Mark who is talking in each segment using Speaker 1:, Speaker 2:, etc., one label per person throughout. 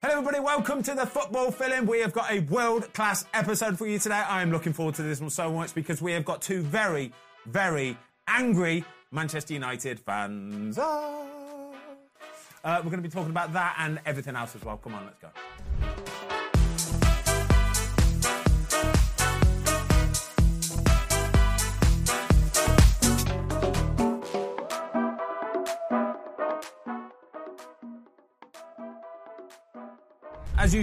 Speaker 1: Hello, everybody. Welcome to the football fill-in. We have got a world-class episode for you today. I am looking forward to this one so much because we have got two very, very angry Manchester United fans. Ah. Uh, we're going to be talking about that and everything else as well. Come on, let's go. As you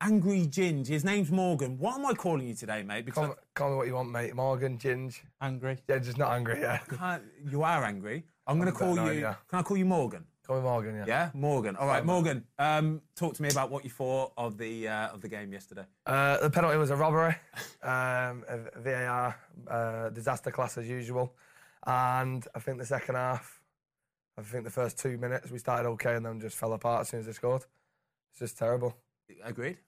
Speaker 1: Angry Ginge. His name's Morgan. What am I calling you today, mate? Because
Speaker 2: Call, call me what you want, mate. Morgan, Ginge.
Speaker 3: angry.
Speaker 2: Yeah, just not angry, yeah.
Speaker 1: I can't- you are angry. I'm going
Speaker 2: I'm
Speaker 1: to
Speaker 2: a
Speaker 1: call
Speaker 2: bit
Speaker 1: you.
Speaker 2: annoyed, yeah.
Speaker 1: Can I call you Morgan?
Speaker 2: Call me Morgan, yeah.
Speaker 1: Yeah, Morgan. All right, Morgan. Um, talk to me about what you thought of the uh, of the game yesterday.
Speaker 2: Uh, the penalty was a robbery. Um, a VAR, uh, disaster class as usual. And I think the second half, I think the first two minutes, we started okay and then just fell apart as soon as they scored. It's just terrible.
Speaker 1: Agreed.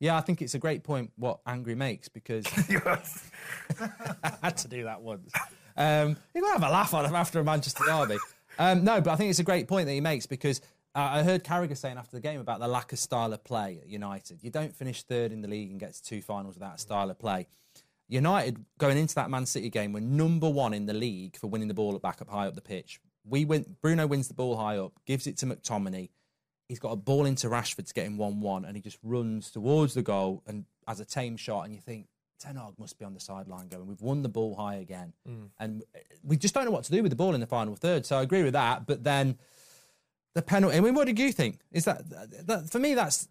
Speaker 3: Yeah, I think it's a great point what angry makes because
Speaker 2: Yes.
Speaker 3: I had to do that once. Um, you got to have a laugh on him after a Manchester derby. Um, no, but I think it's a great point that he makes because uh, I heard Carragher saying after the game about the lack of style of play at United. You don't finish third in the league and get to two finals without a style of play. United going into that Man City game were number one in the league for winning the ball back up high up the pitch. We win, Bruno wins the ball high up, gives it to McTominay. He's got a ball into Rashford to get him one-one, and he just runs towards the goal and as a tame shot. And you think Ten Hag must be on the sideline going, "We've won the ball high again,"
Speaker 2: Mm.
Speaker 3: and we just don't know what to do with the ball in the final third. So I agree with that, but then the penalty. I mean, what did you think? Is that, that, that for me? That's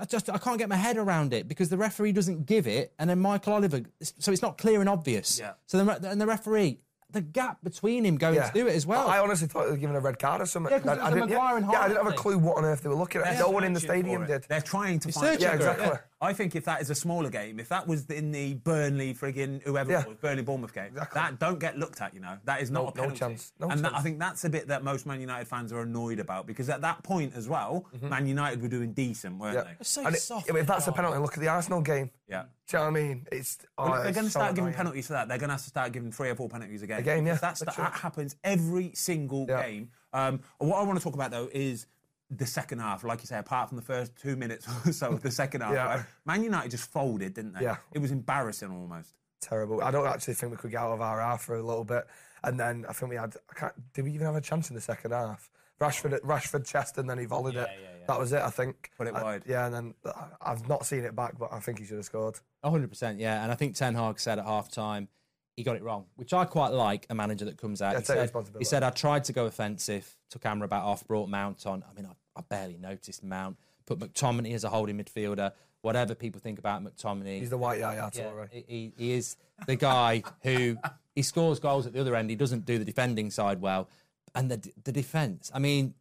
Speaker 3: I just I can't get my head around it because the referee doesn't give it, and then Michael Oliver, so it's not clear and obvious.
Speaker 1: Yeah.
Speaker 3: So the re- and the referee, the gap between him going
Speaker 2: Yeah.
Speaker 3: to do it as well.
Speaker 2: I, I honestly thought they were giving a red card or something.
Speaker 3: Yeah, 'cause it
Speaker 2: I, I
Speaker 3: was a
Speaker 2: didn't-
Speaker 3: Maguire and
Speaker 2: yeah, I didn't have
Speaker 3: Hart
Speaker 2: a
Speaker 3: thing.
Speaker 2: clue what on earth they were looking at. No one in the
Speaker 1: Searching
Speaker 2: stadium
Speaker 1: for it.
Speaker 2: did.
Speaker 1: They're trying to
Speaker 3: He's
Speaker 1: find.
Speaker 3: searching
Speaker 2: Yeah, for it, exactly. yeah.
Speaker 1: I think if that is a smaller game, if that was in the Burnley friggin' whoever
Speaker 2: Yeah.
Speaker 1: it was, Burnley Bournemouth game,
Speaker 2: Exactly.
Speaker 1: that don't get looked at. You know, that is not
Speaker 2: No-
Speaker 1: a
Speaker 2: no
Speaker 1: penalty.
Speaker 2: chance. No
Speaker 1: and That, I
Speaker 2: chance.
Speaker 1: think that's a bit that most Man United fans are annoyed about because at that point as well, Man United were doing decent, weren't
Speaker 2: Mm-hmm. Yeah.
Speaker 1: they?
Speaker 3: so
Speaker 2: And it-
Speaker 3: soft.
Speaker 2: if that's a penalty, look at the Arsenal game.
Speaker 1: Yeah.
Speaker 2: Do you know what I mean? It's. Oh,
Speaker 1: Well, if they're
Speaker 2: it's
Speaker 1: going to
Speaker 2: so
Speaker 1: start giving
Speaker 2: annoying.
Speaker 1: penalties for that. They're going to have to start giving three or four penalties a game.
Speaker 2: game, yeah,
Speaker 1: Because That's the,
Speaker 2: literally.
Speaker 1: that happens every single
Speaker 2: Yeah.
Speaker 1: game. Um, what I want to talk about though is the second half. Like you say, apart from the first two minutes or so of the second half,
Speaker 2: Yeah.
Speaker 1: right, Man United just folded, didn't they?
Speaker 2: Yeah.
Speaker 1: It was embarrassing almost.
Speaker 2: terrible. I don't actually think we could get out of our half for a little bit, and then I think we had. I can't, did we even have a chance in the second half? Rashford, Rashford, chest, and then he volleyed it. That was it, I think.
Speaker 1: Put it
Speaker 2: I-
Speaker 1: wide.
Speaker 2: yeah, and then I- I've not seen it back, but I think he should have scored.
Speaker 3: 100%, yeah. And I think Ten Hag said at half time, he got it wrong, which I quite like a manager that comes out.
Speaker 2: Yeah,
Speaker 3: he,
Speaker 2: take
Speaker 3: said,
Speaker 2: responsibility.
Speaker 3: he said, I tried to go offensive, took Amrabat off, brought Mount on. I mean, I, I barely noticed Mount, put McTominay as a holding midfielder. Whatever people think about McTominay,
Speaker 2: He's the white Yaya
Speaker 3: Yeah,
Speaker 2: Toure.
Speaker 3: he- he, he is the guy who he scores goals at the other end. He doesn't do the defending side well, and the the defense. I mean,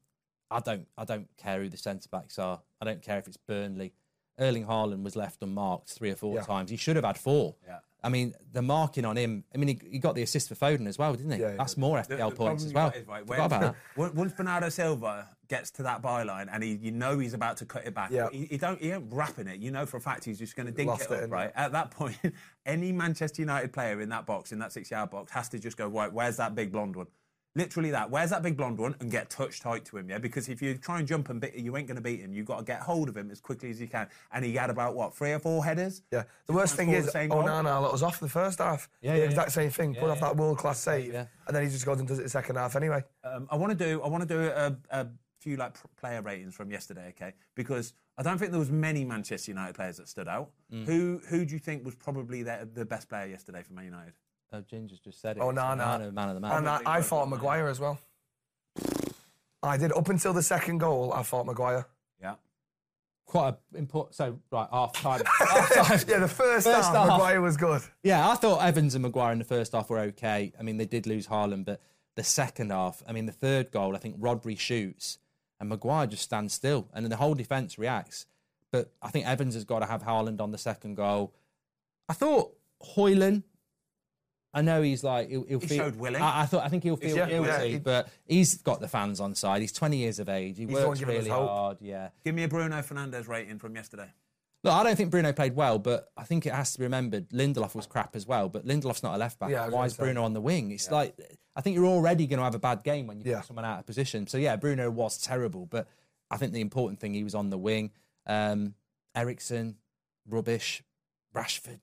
Speaker 3: I don't I don't care who the centre backs are. I don't care if it's Burnley. Erling Haaland was left unmarked three or four
Speaker 2: Yeah.
Speaker 3: times. He should have had four.
Speaker 1: Yeah.
Speaker 3: I mean, the marking on him. I mean, he, he got the assist for Foden as well, didn't he?
Speaker 2: Yeah, he
Speaker 3: That's
Speaker 2: did.
Speaker 3: more
Speaker 1: The-
Speaker 3: FPL
Speaker 1: the
Speaker 3: points
Speaker 1: problem
Speaker 3: as
Speaker 1: you
Speaker 3: well.
Speaker 1: got is, right,
Speaker 3: Forgot about that.
Speaker 1: when- Once Bernardo Silva gets to that byline and he, you know he's about to cut it back,
Speaker 2: Yeah.
Speaker 1: he, he don't he ain't wrapping it. You know for a fact he's just going to dink
Speaker 2: Lost
Speaker 1: it
Speaker 2: it,
Speaker 1: up,
Speaker 2: innit?
Speaker 1: right? At that point, any Manchester United player in that box, in that six-yard box, has to just go right. Where's that big blonde one? Literally that. Where's that big blonde one? And get touch tight to him, yeah. Because if you try and jump and beat, you ain't going to beat him. You have got to get hold of him as quickly as you can. And he had about what three or four headers.
Speaker 2: Yeah. The
Speaker 1: To
Speaker 2: worst
Speaker 1: try
Speaker 2: thing
Speaker 1: and
Speaker 2: is,
Speaker 1: score the same goal.
Speaker 2: Onana let us off the first half.
Speaker 3: Yeah,
Speaker 2: the
Speaker 3: yeah,
Speaker 2: exact
Speaker 3: yeah.
Speaker 2: same thing. Put off that world class save,
Speaker 3: yeah.
Speaker 2: and then he just goes and does it the second half anyway.
Speaker 1: Um, I want to do I want to do a, a few like pr- player ratings from yesterday, okay? Because I don't think there was many Manchester United players that stood out.
Speaker 2: Mm.
Speaker 1: Who who do you think was probably the, the best player yesterday for Man United?
Speaker 3: Oh, Ginger's just said it.
Speaker 2: Oh, no, no.
Speaker 3: Onana, man of the match.
Speaker 2: and I, I thought Maguire as well. I did up until the second goal. I thought Maguire.
Speaker 1: Yeah,
Speaker 3: Quite a important. So right, half time. half time.
Speaker 2: yeah, the first,
Speaker 3: First
Speaker 2: half,
Speaker 3: half.
Speaker 2: Maguire was good.
Speaker 3: Yeah, I thought Evans and Maguire in the first half were okay. I mean, they did lose Haaland, but the second half, I mean, the third goal, I think Rodri shoots. and Maguire just stands still, and then the whole defence reacts. But I think Evans has got to have Haaland on the second goal. I thought Hoyland. I know he's like he'll, he'll
Speaker 1: He
Speaker 3: feel.
Speaker 1: showed willing.
Speaker 3: I, I thought I think he'll feel
Speaker 2: yeah, yeah,
Speaker 3: guilty,
Speaker 2: he-
Speaker 3: but he's got the fans on side. He's 20 years of age. He
Speaker 2: the one
Speaker 3: works
Speaker 2: giving us
Speaker 3: really
Speaker 2: hope.
Speaker 3: hard. Yeah.
Speaker 1: Give me a Bruno Fernandez rating from yesterday.
Speaker 3: Look, I don't think Bruno played well, but I think it has to be remembered Lindelof was crap as well. But Lindelof's not a left back.
Speaker 2: Yeah, I was
Speaker 3: Why
Speaker 2: gonna
Speaker 3: is
Speaker 2: say.
Speaker 3: Bruno on the wing? It's like I think you're already going to have a bad game when you
Speaker 2: Yeah.
Speaker 3: put someone out of position. So yeah, Bruno was terrible, but I think the important thing he was on the wing. Um, Ericsson, rubbish. Rashford,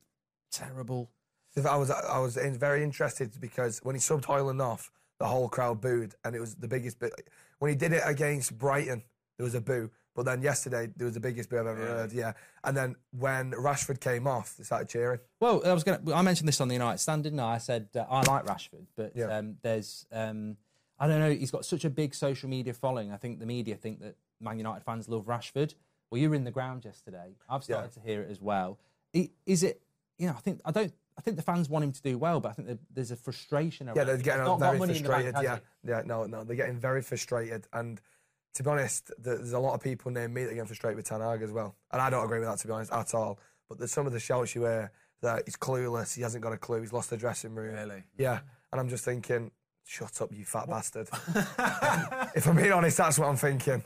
Speaker 3: terrible.
Speaker 2: If I was I was in- very interested because when he subbed Hoyland off, the whole crowd booed, and it was the biggest bit. When he did it against Brighton, there was a boo, but then yesterday there was the biggest boo I've ever heard. Yeah, and then when Rashford came off, they started cheering.
Speaker 3: Well, I was going. to I mentioned this on the United Stand, didn't I? I said uh, I like Rashford, but
Speaker 2: Yeah.
Speaker 3: um, there's, um, I don't know. He's got such a big social media following. I think the media think that Man United fans love Rashford. Well, you were in the ground yesterday. I've started to hear it as well. I- Is it? You know, I think I don't. I think the fans want him to do well, but I think there- there's a frustration around.
Speaker 2: Yeah, they're
Speaker 3: it. He's
Speaker 2: getting
Speaker 3: not got
Speaker 2: very
Speaker 3: money in the bank,
Speaker 2: frustrated.
Speaker 3: has
Speaker 2: yeah,
Speaker 3: he?
Speaker 2: yeah, no, no, they're getting very frustrated. And to be honest, th- there's a lot of people named me that are getting frustrated with Ten Hag as well. And I don't agree with that to be honest at all. But there's some of the shouts you hear that he's clueless, he hasn't got a clue, he's lost the dressing room.
Speaker 1: Really?
Speaker 2: Yeah, and I'm just thinking, shut up, you fat bastard. if I'm being honest, that's what I'm thinking.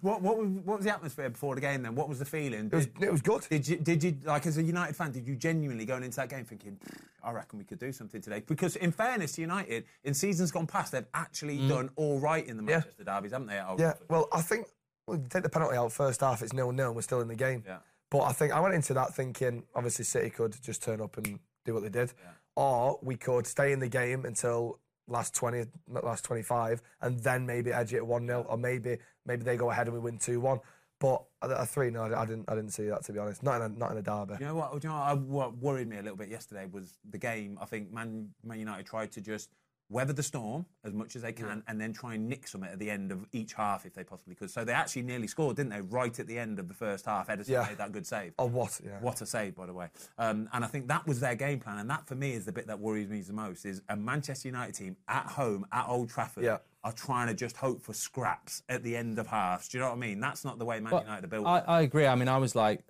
Speaker 1: What what was, what was the atmosphere before the game then? What was the feeling?
Speaker 2: It was,
Speaker 1: Did,
Speaker 2: it was good.
Speaker 1: did you did you like as a United fan? Did you genuinely going into that game thinking, "Pfft, I reckon we could do something today? Because in fairness to United, in seasons gone past, they've actually done all right in the Manchester derbies, haven't they? at Old
Speaker 2: Mm. Yeah,
Speaker 1: Trafford?
Speaker 2: well, I think well, you take the penalty out first half. It's nil nil. and We're still in the game.
Speaker 1: Yeah.
Speaker 2: But I think I went into that thinking obviously City could just turn up and do what they did, or we could stay in the game until last twenty, last twenty five, and then maybe edge it one 0 or maybe maybe they go ahead and we win two one. But a- a three 0 I didn't I didn't see that to be honest. Not in a, not in a derby.
Speaker 1: You know what? You know what, I- what worried me a little bit yesterday was the game. I think Man, Man United tried to just weather the storm as much as they can, and then try and nick some at the end of each half if they possibly could. So they actually nearly scored, didn't they? Right at the end of the first half, Edison
Speaker 2: Yeah.
Speaker 1: made that good save.
Speaker 2: Or Oh, what? Yeah.
Speaker 1: What a save, by the way. Um, and I think that was their game plan. And that, for me, is the bit that worries me the most, is a Manchester United team at home, at Old Trafford,
Speaker 2: Yeah.
Speaker 1: are trying to just hope for scraps at the end of halves. Do you know what I mean? That's not the way Man
Speaker 3: But
Speaker 1: United are built.
Speaker 3: I, I agree. I mean, I was like,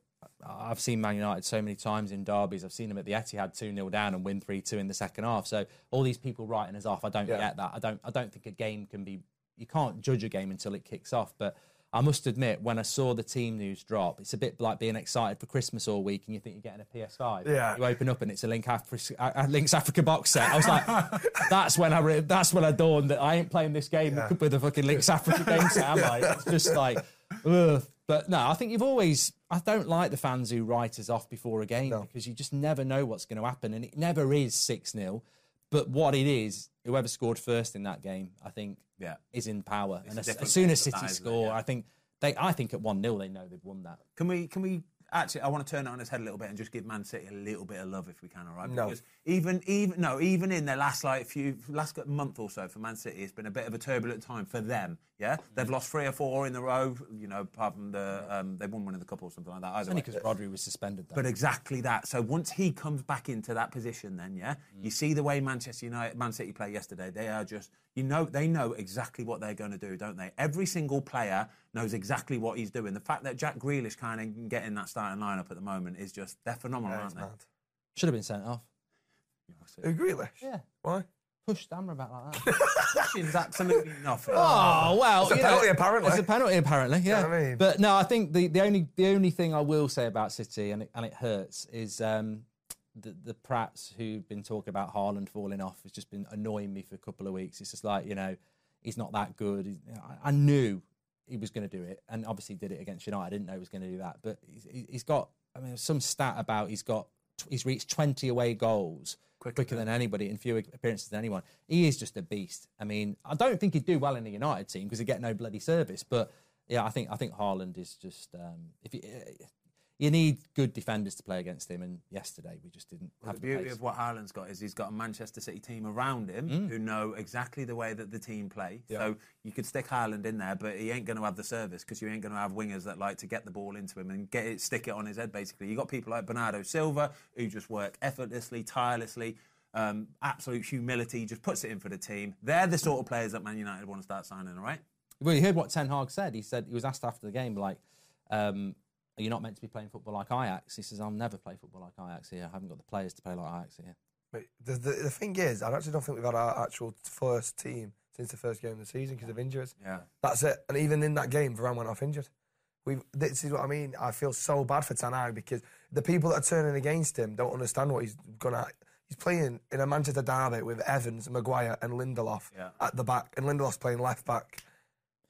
Speaker 3: I've seen Man United so many times in derbies. I've seen them at the Etihad two 0 down and win three two in the second half. So all these people writing us off, I don't
Speaker 2: Yeah.
Speaker 3: get that. I don't. I don't think a game can be. You can't judge a game until it kicks off. But I must admit, when I saw the team news drop, it's a bit like being excited for Christmas all week and you think you're getting a PS5.
Speaker 2: Yeah.
Speaker 3: You open up and it's a Link Afri- a a Link's Africa box set. I was like, that's when I re- that's when I dawned that I ain't playing this game with a fucking Link's Africa game set. Am I? It's just like, ugh. But no, I think you've always. I don't like the fans who write us off before a game because you just never know what's going to happen, and it never is six 0 But what it is, whoever scored first in that game, I think,
Speaker 1: Yeah.
Speaker 3: is in power. and
Speaker 1: a
Speaker 3: as,
Speaker 1: different
Speaker 3: as soon as
Speaker 1: game to that,
Speaker 3: City
Speaker 1: isn't it?
Speaker 3: score,
Speaker 1: Yeah.
Speaker 3: I think they. I think at one 0 they know they've won that.
Speaker 1: Can we? Can we? Actually, I want to turn it on its head a little bit and just give Man City a little bit of love if we can, all right?
Speaker 2: No.
Speaker 1: Because even even no, even in their last like few last month or so for Man City, it's been a bit of a turbulent time for them. Yeah, they've lost three or four in a row. You know, apart from the um, they've won one in the cup or something like that. Either
Speaker 3: Only
Speaker 1: way.
Speaker 3: because Rodri was suspended. Though.
Speaker 1: But exactly that. So once he comes back into that position, then yeah,
Speaker 2: Mm.
Speaker 1: you see the way Manchester United, Man City play yesterday. They are just, you know, they know exactly what they're going to do, don't they? Every single player knows exactly what he's doing. The fact that Jack Grealish kind of getting that starting lineup at the moment is just they're phenomenal,
Speaker 2: Yeah,
Speaker 1: aren't
Speaker 2: it's
Speaker 1: they?
Speaker 2: mad.
Speaker 3: Should have been sent off.
Speaker 2: Who, Grealish?
Speaker 3: Yeah.
Speaker 2: Why?
Speaker 3: Pushed Amrabat like that.
Speaker 1: It's absolutely nothing.
Speaker 3: Oh well,
Speaker 2: It's a
Speaker 3: you
Speaker 2: penalty, apparently.
Speaker 3: It's a penalty apparently. Yeah.
Speaker 2: know what I mean?
Speaker 3: But no, I think the, the only the only thing I will say about City and it, and it hurts is um, the the Prats who've been talking about Haaland falling off has just been annoying me for a couple of weeks. It's just like you know he's not that good. He's, I, I knew he was going to do it, and obviously did it against United. I didn't know he was going to do that, but he's, he- he's got. I mean, some stat about he's got tw- he's reached twenty away goals quicker, than anybody in fewer appearances than anyone. He is just a beast. I mean, I don't think he'd do well in the United team because he'd get no bloody service, but. Yeah, I think I think Haaland is just um, if you, you need good defenders to play against him, and yesterday we just didn't have
Speaker 1: the
Speaker 3: the
Speaker 1: beauty
Speaker 3: pace.
Speaker 1: of what Haaland's got is he's got a Manchester City team around him who know exactly the way that the team play. So you could stick Haaland in there, but he ain't going to have the service because you ain't going to have wingers that like to get the ball into him and get it, stick it on his head. Basically, you got people like Bernardo Silva who just work effortlessly, tirelessly. Um, absolute humility, just puts it in for the team. They're the sort of players that Man United want to start signing, all right?
Speaker 3: Well, you heard what Ten Hag said. He said he was asked after the game, like, um, "Are you not meant to be playing football like Ajax?" He says, "I'll never play football like Ajax here. I haven't got the players to play like Ajax here."
Speaker 2: But the, the, the thing is, I actually don't think we've had our actual first team since the first game of the season because of injuries.
Speaker 1: Yeah.
Speaker 2: That's it. And even in that game, Varane went off injured. We this is what I mean. I feel so bad for Tanag because the people that are turning against him don't understand what he's gonna. He's playing in a Manchester derby with Evans, Maguire, and Lindelof
Speaker 1: Yeah.
Speaker 2: at the back, and Lindelof's playing left back.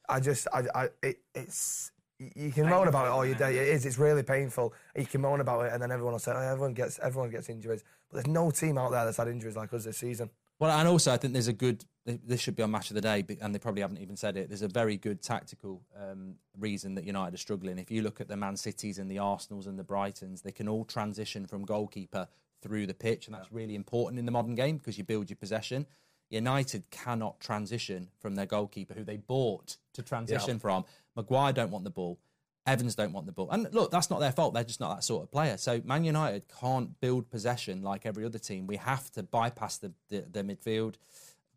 Speaker 2: I just, I, I it, it's. You can moan about it all your day. It is. It's really painful. You can moan about it, and then everyone will say, oh, "Everyone gets, everyone gets injuries." But there's no team out there that's had injuries like us this season.
Speaker 3: Well, and also I think there's a good. This should be on match of the day, but- and they probably haven't even said it. There's a very good tactical um, reason that United are struggling. If you look at the Man Cities and the Arsenals and the Brightons, they can all transition from goalkeeper through the pitch, and that's really important in the modern game because you build your possession. United cannot transition from their goalkeeper, who they bought to transition from. Maguire don't want the ball. Evans don't want the ball. And look, that's not their fault. They're just not that sort of player. So Man United can't build possession like every other team. We have to bypass the, the, the midfield,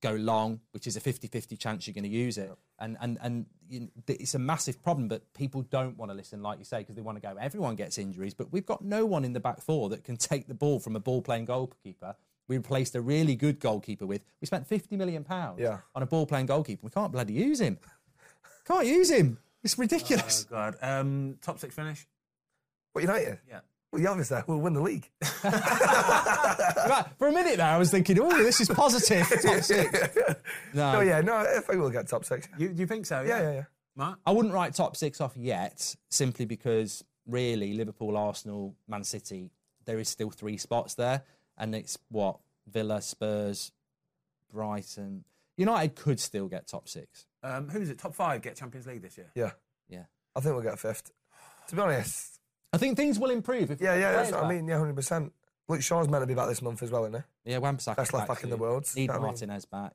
Speaker 3: go long, which is a 50-50 chance you're going to use it. And, and, and you know, it's a massive problem, but people don't want to listen, like you say, because they want to go, everyone gets injuries, but we've got no one in the back four that can take the ball from a ball-playing goalkeeper. We replaced a really good goalkeeper with, we spent £50 million
Speaker 2: Yeah.
Speaker 3: on a ball-playing goalkeeper. We can't bloody use him. Can't use him. It's ridiculous.
Speaker 1: Oh god. Um, top six finish.
Speaker 2: But United,
Speaker 1: Yeah.
Speaker 2: well, yeah, obviously, we'll win the league.
Speaker 3: Right, for a minute there, I was thinking, oh, this is positive. Top six. No,
Speaker 2: Oh yeah, no, I think we'll get top six.
Speaker 1: You you think so?
Speaker 2: Yeah, yeah, yeah.
Speaker 1: Mark.
Speaker 3: I wouldn't write top six off yet, simply because really Liverpool, Arsenal, Man City, there is still three spots there, and it's what Villa, Spurs, Brighton, United could still get top six.
Speaker 1: Um, who's it? Top five get Champions League this year.
Speaker 2: Yeah,
Speaker 3: Yeah,
Speaker 2: I think we'll get fifth. To be honest,
Speaker 3: I think things will improve. If
Speaker 2: yeah, yeah, that's
Speaker 3: players
Speaker 2: what I
Speaker 3: back.
Speaker 2: mean. Yeah, hundred percent. Look, Shaw's meant to be back this month as well, isn't he?
Speaker 3: Yeah, Wan-Bissaka
Speaker 2: Best left back in the
Speaker 3: too.
Speaker 2: world, you
Speaker 3: Need
Speaker 2: know what I mean?
Speaker 3: Martinez back.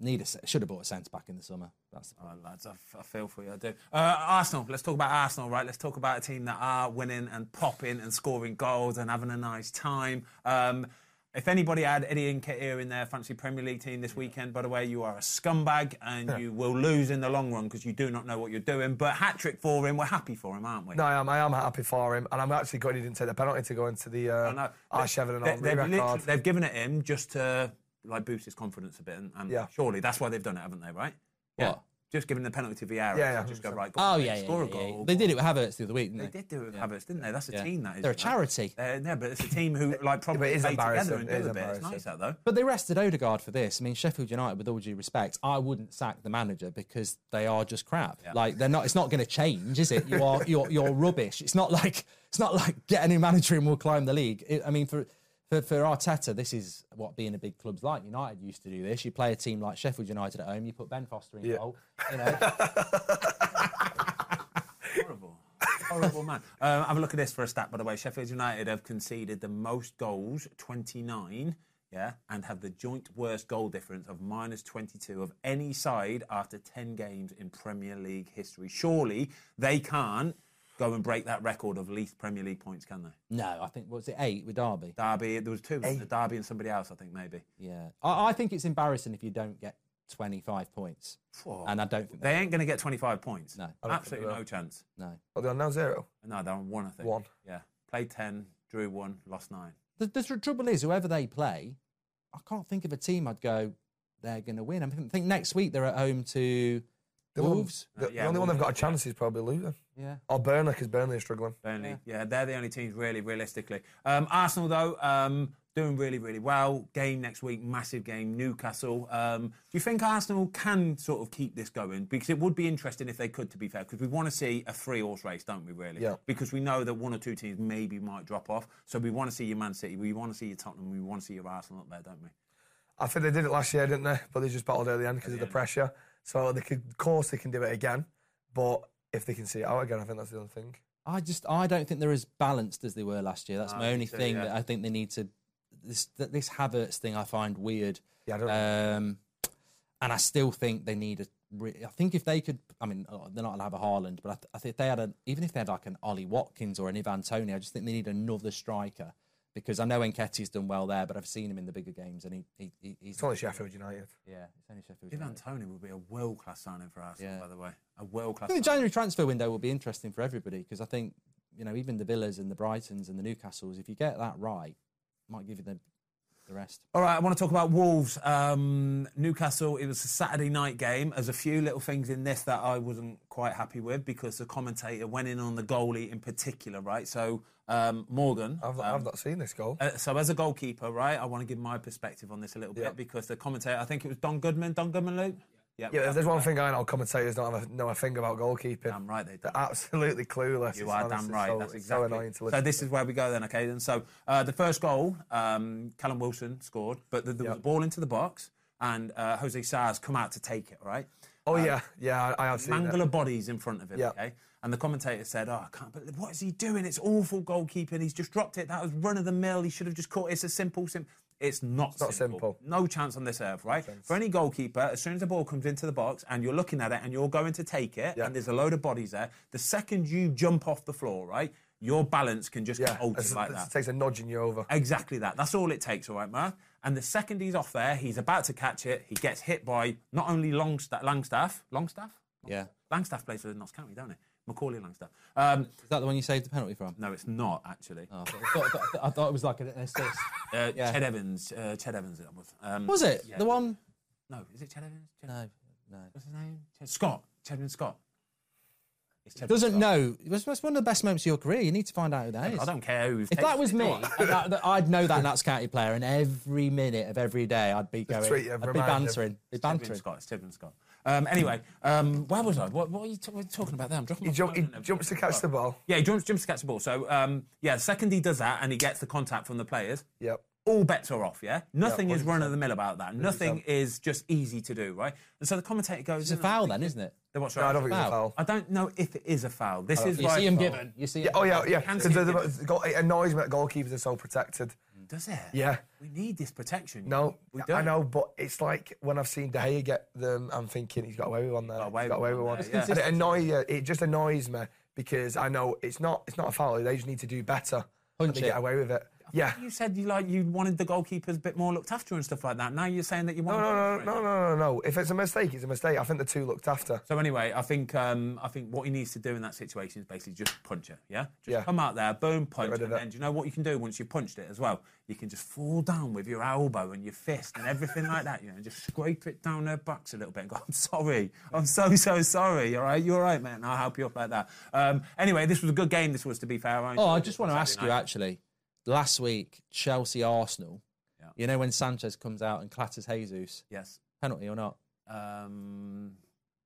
Speaker 3: Need a should have bought a centre back in the summer. That's the
Speaker 1: Oh, lads, I, f- I feel for you. I do. Uh, Arsenal. Let's talk about Arsenal, right? Let's talk about a team that are winning and popping and scoring goals and having a nice time. Um, if anybody had Eddie Nketiah in their fancy Premier League team this weekend, by the way, you are a scumbag and you will lose in the long run because you do not know what you're doing. But hat trick for him. We're happy for him, aren't we?
Speaker 2: No, I am. I am happy for him, and I'm actually glad he didn't take the penalty to go into the
Speaker 1: I know.
Speaker 2: uh, Arshavin and
Speaker 1: They-
Speaker 2: all
Speaker 1: they've,
Speaker 2: record.
Speaker 1: literally- they've given it him just to like boost his confidence a bit, and, and
Speaker 2: Yeah.
Speaker 1: surely that's why they've done it, haven't they? Right?
Speaker 3: What?
Speaker 1: Just giving the penalty to Vieira.
Speaker 2: Yeah, yeah,
Speaker 1: so just go
Speaker 2: 100%.
Speaker 1: right. Go
Speaker 3: Oh
Speaker 1: on,
Speaker 3: yeah,
Speaker 1: mate,
Speaker 3: yeah,
Speaker 1: score a
Speaker 3: yeah, yeah.
Speaker 1: goal.
Speaker 3: They did it with Havertz the other week, didn't they?
Speaker 1: They did do it with Havertz, didn't they? That's a
Speaker 3: Yeah.
Speaker 1: team that is.
Speaker 3: They're a
Speaker 1: right?
Speaker 3: charity.
Speaker 1: Uh, yeah, but it's a team who like probably
Speaker 2: it is
Speaker 1: play together
Speaker 2: embarrassing.
Speaker 1: and
Speaker 2: It
Speaker 1: do
Speaker 2: is
Speaker 1: a bit. It's
Speaker 2: embarrassing.
Speaker 1: nice that though.
Speaker 3: But they rested Odegaard for this. I mean, Sheffield United, with all due respect, I wouldn't sack the manager because they are just crap. Like they're not. It's not going to change, is it? You are. You're. You're rubbish. It's not like. It's not like get a new manager and we'll climb the league. It, I mean, for, for for Arteta, this is what being a big club's like. United used to do this. You play a team like Sheffield United at home. You put Ben Foster in goal. You know.
Speaker 1: Horrible. Horrible man. Um, have a look at this for a stat, by the way. Sheffield United have conceded the most goals, 29, yeah, and have the joint worst goal difference of minus 22 of any side after 10 games in Premier League history. Surely they can't go and break that record of least Premier League points, can they?
Speaker 3: no, I think was it eight with Derby.
Speaker 1: Derby, there was two, wasn't there? Derby and somebody else, I think, maybe.
Speaker 3: Yeah, I, I think it's embarrassing if you don't get twenty five points. And I don't think
Speaker 1: They ain't going to get 25 points.
Speaker 3: No.
Speaker 1: Absolutely no chance.
Speaker 3: no.
Speaker 2: Are they on now zero?
Speaker 1: No, they're on one, I think.
Speaker 2: One.
Speaker 1: Yeah. Played 10, drew one, lost nine.
Speaker 3: The, the tr- trouble is, whoever they play, I can't think of a team I'd go, they're going to win. I think think next week they're at home to
Speaker 2: The one-
Speaker 3: Wolves.
Speaker 2: the,
Speaker 1: Uh, yeah,
Speaker 2: the only one they've got a
Speaker 1: Wolves,
Speaker 2: chance is probably Luton
Speaker 3: Yeah.
Speaker 2: or Burnley because Burnley are struggling.
Speaker 1: Burnley. Yeah. they're the only teams really, realistically. Um, Arsenal, though, um, doing really, really well. Game next week, massive game, Newcastle. Um, do you think Arsenal can sort of keep this going? Because it would be interesting if they could, to be fair, because we want to see a three horse race, don't we, really?
Speaker 2: Yeah.
Speaker 1: Because we know that one or two teams maybe might drop off. So we want to see your Man City, we want to see your Tottenham, we want to see your Arsenal up there, don't we?
Speaker 2: I think they did it last year, didn't they? But they just battled at the end because of the pressure. So they could, of course, they can do it again. But if they can see it out again, I think that's the only thing.
Speaker 3: I just, I don't think they're as balanced as they were last year. That's my only
Speaker 1: too,
Speaker 3: thing
Speaker 1: yeah.
Speaker 3: that I think they need to, this, th- this Havertz thing I find weird.
Speaker 2: Yeah, I don't.
Speaker 3: Um, and I still think they need a, re- I think if they could, I mean, uh, they're not going to have a Haaland, but I, th- I think if they had an, even if they had like an Ollie Watkins or an Ivan Tony, I just think they need another striker because I know Enketi's done well there, but I've seen him in the bigger games, and he, he, he he's
Speaker 2: It's only Sheffield United.
Speaker 3: yeah, it's only Sheffield.
Speaker 1: Ivan
Speaker 3: United.
Speaker 1: Tony would be a world class signing for Arsenal,
Speaker 3: Yeah.
Speaker 1: by the way. A world class.
Speaker 3: I think the January transfer window will be interesting for everybody because I think you know even the Villas and the Brightons and the Newcastles, if you get that right, might give you the the rest.
Speaker 1: All right, I want to talk about Wolves. Um, Newcastle, it was a Saturday night game. There's a few little things in this that I wasn't quite happy with because the commentator went in on the goalie in particular, right? So, um, Morgan.
Speaker 2: I've,
Speaker 1: um,
Speaker 2: I've not seen this goal.
Speaker 1: uh, so, as a goalkeeper, right, I want to give my perspective on this a little bit
Speaker 2: Yeah.
Speaker 1: because the commentator, I think it was Don Goodman, Don Goodman, Luke?
Speaker 2: yeah, if there's one thing I know, commentators don't have a, know a thing about goalkeeping.
Speaker 1: Damn right they do.
Speaker 2: They're absolutely clueless.
Speaker 1: You
Speaker 2: It's
Speaker 1: are
Speaker 2: honestly
Speaker 1: damn right.
Speaker 2: So,
Speaker 1: That's
Speaker 2: it's
Speaker 1: exactly.
Speaker 2: so annoying to
Speaker 1: So
Speaker 2: listen.
Speaker 1: this is where we go then. Okay, then. So uh, the first goal, um, Callum Wilson scored, but th- there was a ball into the box, and uh, Jose Sar's come out to take it. Right,
Speaker 2: oh
Speaker 1: uh,
Speaker 2: yeah, yeah, I, I have seen
Speaker 1: mangle
Speaker 2: it.
Speaker 1: of bodies in front of him.
Speaker 2: Yeah.
Speaker 1: Okay, and the commentator said, "Oh, I can't believe what is he doing? It's awful goalkeeping. He's just dropped it. That was run of the mill. He should have just caught. it. It's a simple, simple." It's not
Speaker 2: not simple.
Speaker 1: No chance on this earth, right? For any goalkeeper, as soon as the ball comes into the box and you're looking at it and you're going to take it,
Speaker 2: Yeah.
Speaker 1: and there's a load of bodies there, the second you jump off the floor, right, your balance can just
Speaker 2: Yeah,
Speaker 1: get altered
Speaker 2: it's-
Speaker 1: like
Speaker 2: it
Speaker 1: that.
Speaker 2: takes a nudging you over.
Speaker 1: Exactly that. That's all it takes, all right, Mark? And the second he's off there, he's about to catch it. He gets hit by not only Longsta- Langstaff, Longstaff?
Speaker 3: Yeah,
Speaker 1: Langstaff plays for Notts County, don't he? Macaulay Langstaff. Um,
Speaker 3: is that the one you saved the penalty from?
Speaker 1: no, it's not, actually.
Speaker 2: Oh,
Speaker 3: I, thought, I thought- I thought- I thought it was like an assist.
Speaker 1: Uh,
Speaker 3: yeah.
Speaker 1: Ched Evans. Uh, Ched Evans. that was. Um,
Speaker 3: Was it the one?
Speaker 1: No, is it Ched Evans? Ched-
Speaker 3: No, no.
Speaker 1: What's his name? Ched- Scott. Chedwin Scott. It's Chedwin
Speaker 3: Doesn't
Speaker 1: Scott.
Speaker 3: know. It was, it was one of the best moments of your career. You need to find out who that is.
Speaker 1: I don't care who.
Speaker 3: If that was me, that, that- I'd know that Nats County player, and every minute of every day, I'd be going.
Speaker 2: tweet him,
Speaker 3: I'd be
Speaker 2: remind him.
Speaker 3: bantering. Be
Speaker 1: Chedwin
Speaker 3: bantering.
Speaker 1: Scott. It's Chedwin Scott. Um, anyway, um, where was I? What, what are you t- we're talking about there? I'm dropping
Speaker 2: He,
Speaker 1: my
Speaker 2: jump,
Speaker 1: phone
Speaker 2: he
Speaker 1: and everything.
Speaker 2: jumps to catch the ball.
Speaker 1: Yeah, he jumps, jumps to catch the ball. So, um, yeah, the second he does that and he gets the contact from the players,
Speaker 2: Yep.
Speaker 1: all bets are off, yeah? Nothing is
Speaker 2: 100%.
Speaker 1: run of the mill about that. Nothing is just easy to do, right? And so the commentator goes.
Speaker 3: It's a foul, then, isn't it?
Speaker 1: What's
Speaker 2: No, I don't think it was a
Speaker 3: Foul.
Speaker 2: foul.
Speaker 1: I don't know if it is a foul. This is
Speaker 3: You
Speaker 1: right.
Speaker 3: see him
Speaker 1: foul.
Speaker 3: given. You see.
Speaker 2: Yeah,
Speaker 3: him
Speaker 2: oh yeah,
Speaker 3: given.
Speaker 2: yeah.
Speaker 1: Can
Speaker 2: Because
Speaker 1: see
Speaker 2: the,
Speaker 1: it.
Speaker 2: the goal- it annoys me that goalkeepers are so protected.
Speaker 1: Does it?
Speaker 2: Yeah.
Speaker 1: We need this protection. you
Speaker 2: No,
Speaker 1: We do.
Speaker 2: I know, but it's like when I've seen De Gea get them, I'm thinking he's got away with one there.
Speaker 1: away
Speaker 2: he's got
Speaker 1: with
Speaker 2: away with
Speaker 1: one
Speaker 2: one.
Speaker 1: there, yeah. It's
Speaker 2: And it annoys you. It just annoys me because I know it's not it's not a foul. They just need to do better. and
Speaker 3: Punch
Speaker 2: they
Speaker 3: it.
Speaker 2: get away with it. Yeah.
Speaker 1: You said you like you wanted the goalkeepers a bit more looked after and stuff like that. Now you're saying that you want.
Speaker 2: No,
Speaker 1: them for
Speaker 2: no, no,
Speaker 1: it.
Speaker 2: no, no, no, no. If it's a mistake, it's a mistake. I think the two looked after.
Speaker 1: So anyway, I think um, I think what he needs to do in that situation is basically just punch it. Yeah, just
Speaker 2: Yeah.
Speaker 1: come out there, boom, punch,
Speaker 2: rid
Speaker 1: and
Speaker 2: of
Speaker 1: then
Speaker 2: it.
Speaker 1: do you know what you can do once you've punched it as well? You can just fall down with your elbow and your fist and everything like that. You know, and just scrape it down their backs a little bit. And go, I'm sorry, I'm so so sorry. All right, you're all right, man. I'll help you up like that. Um, anyway, this was a good game. This was to be fair.
Speaker 3: Oh, I
Speaker 1: enjoyed
Speaker 3: just
Speaker 1: it on
Speaker 3: want to
Speaker 1: Saturday
Speaker 3: ask you
Speaker 1: night.
Speaker 3: actually. Last week, Chelsea Arsenal.
Speaker 1: Yeah.
Speaker 3: You know when Sanchez comes out and clatters Jesus,
Speaker 1: Yes.
Speaker 3: penalty or not?
Speaker 1: Um,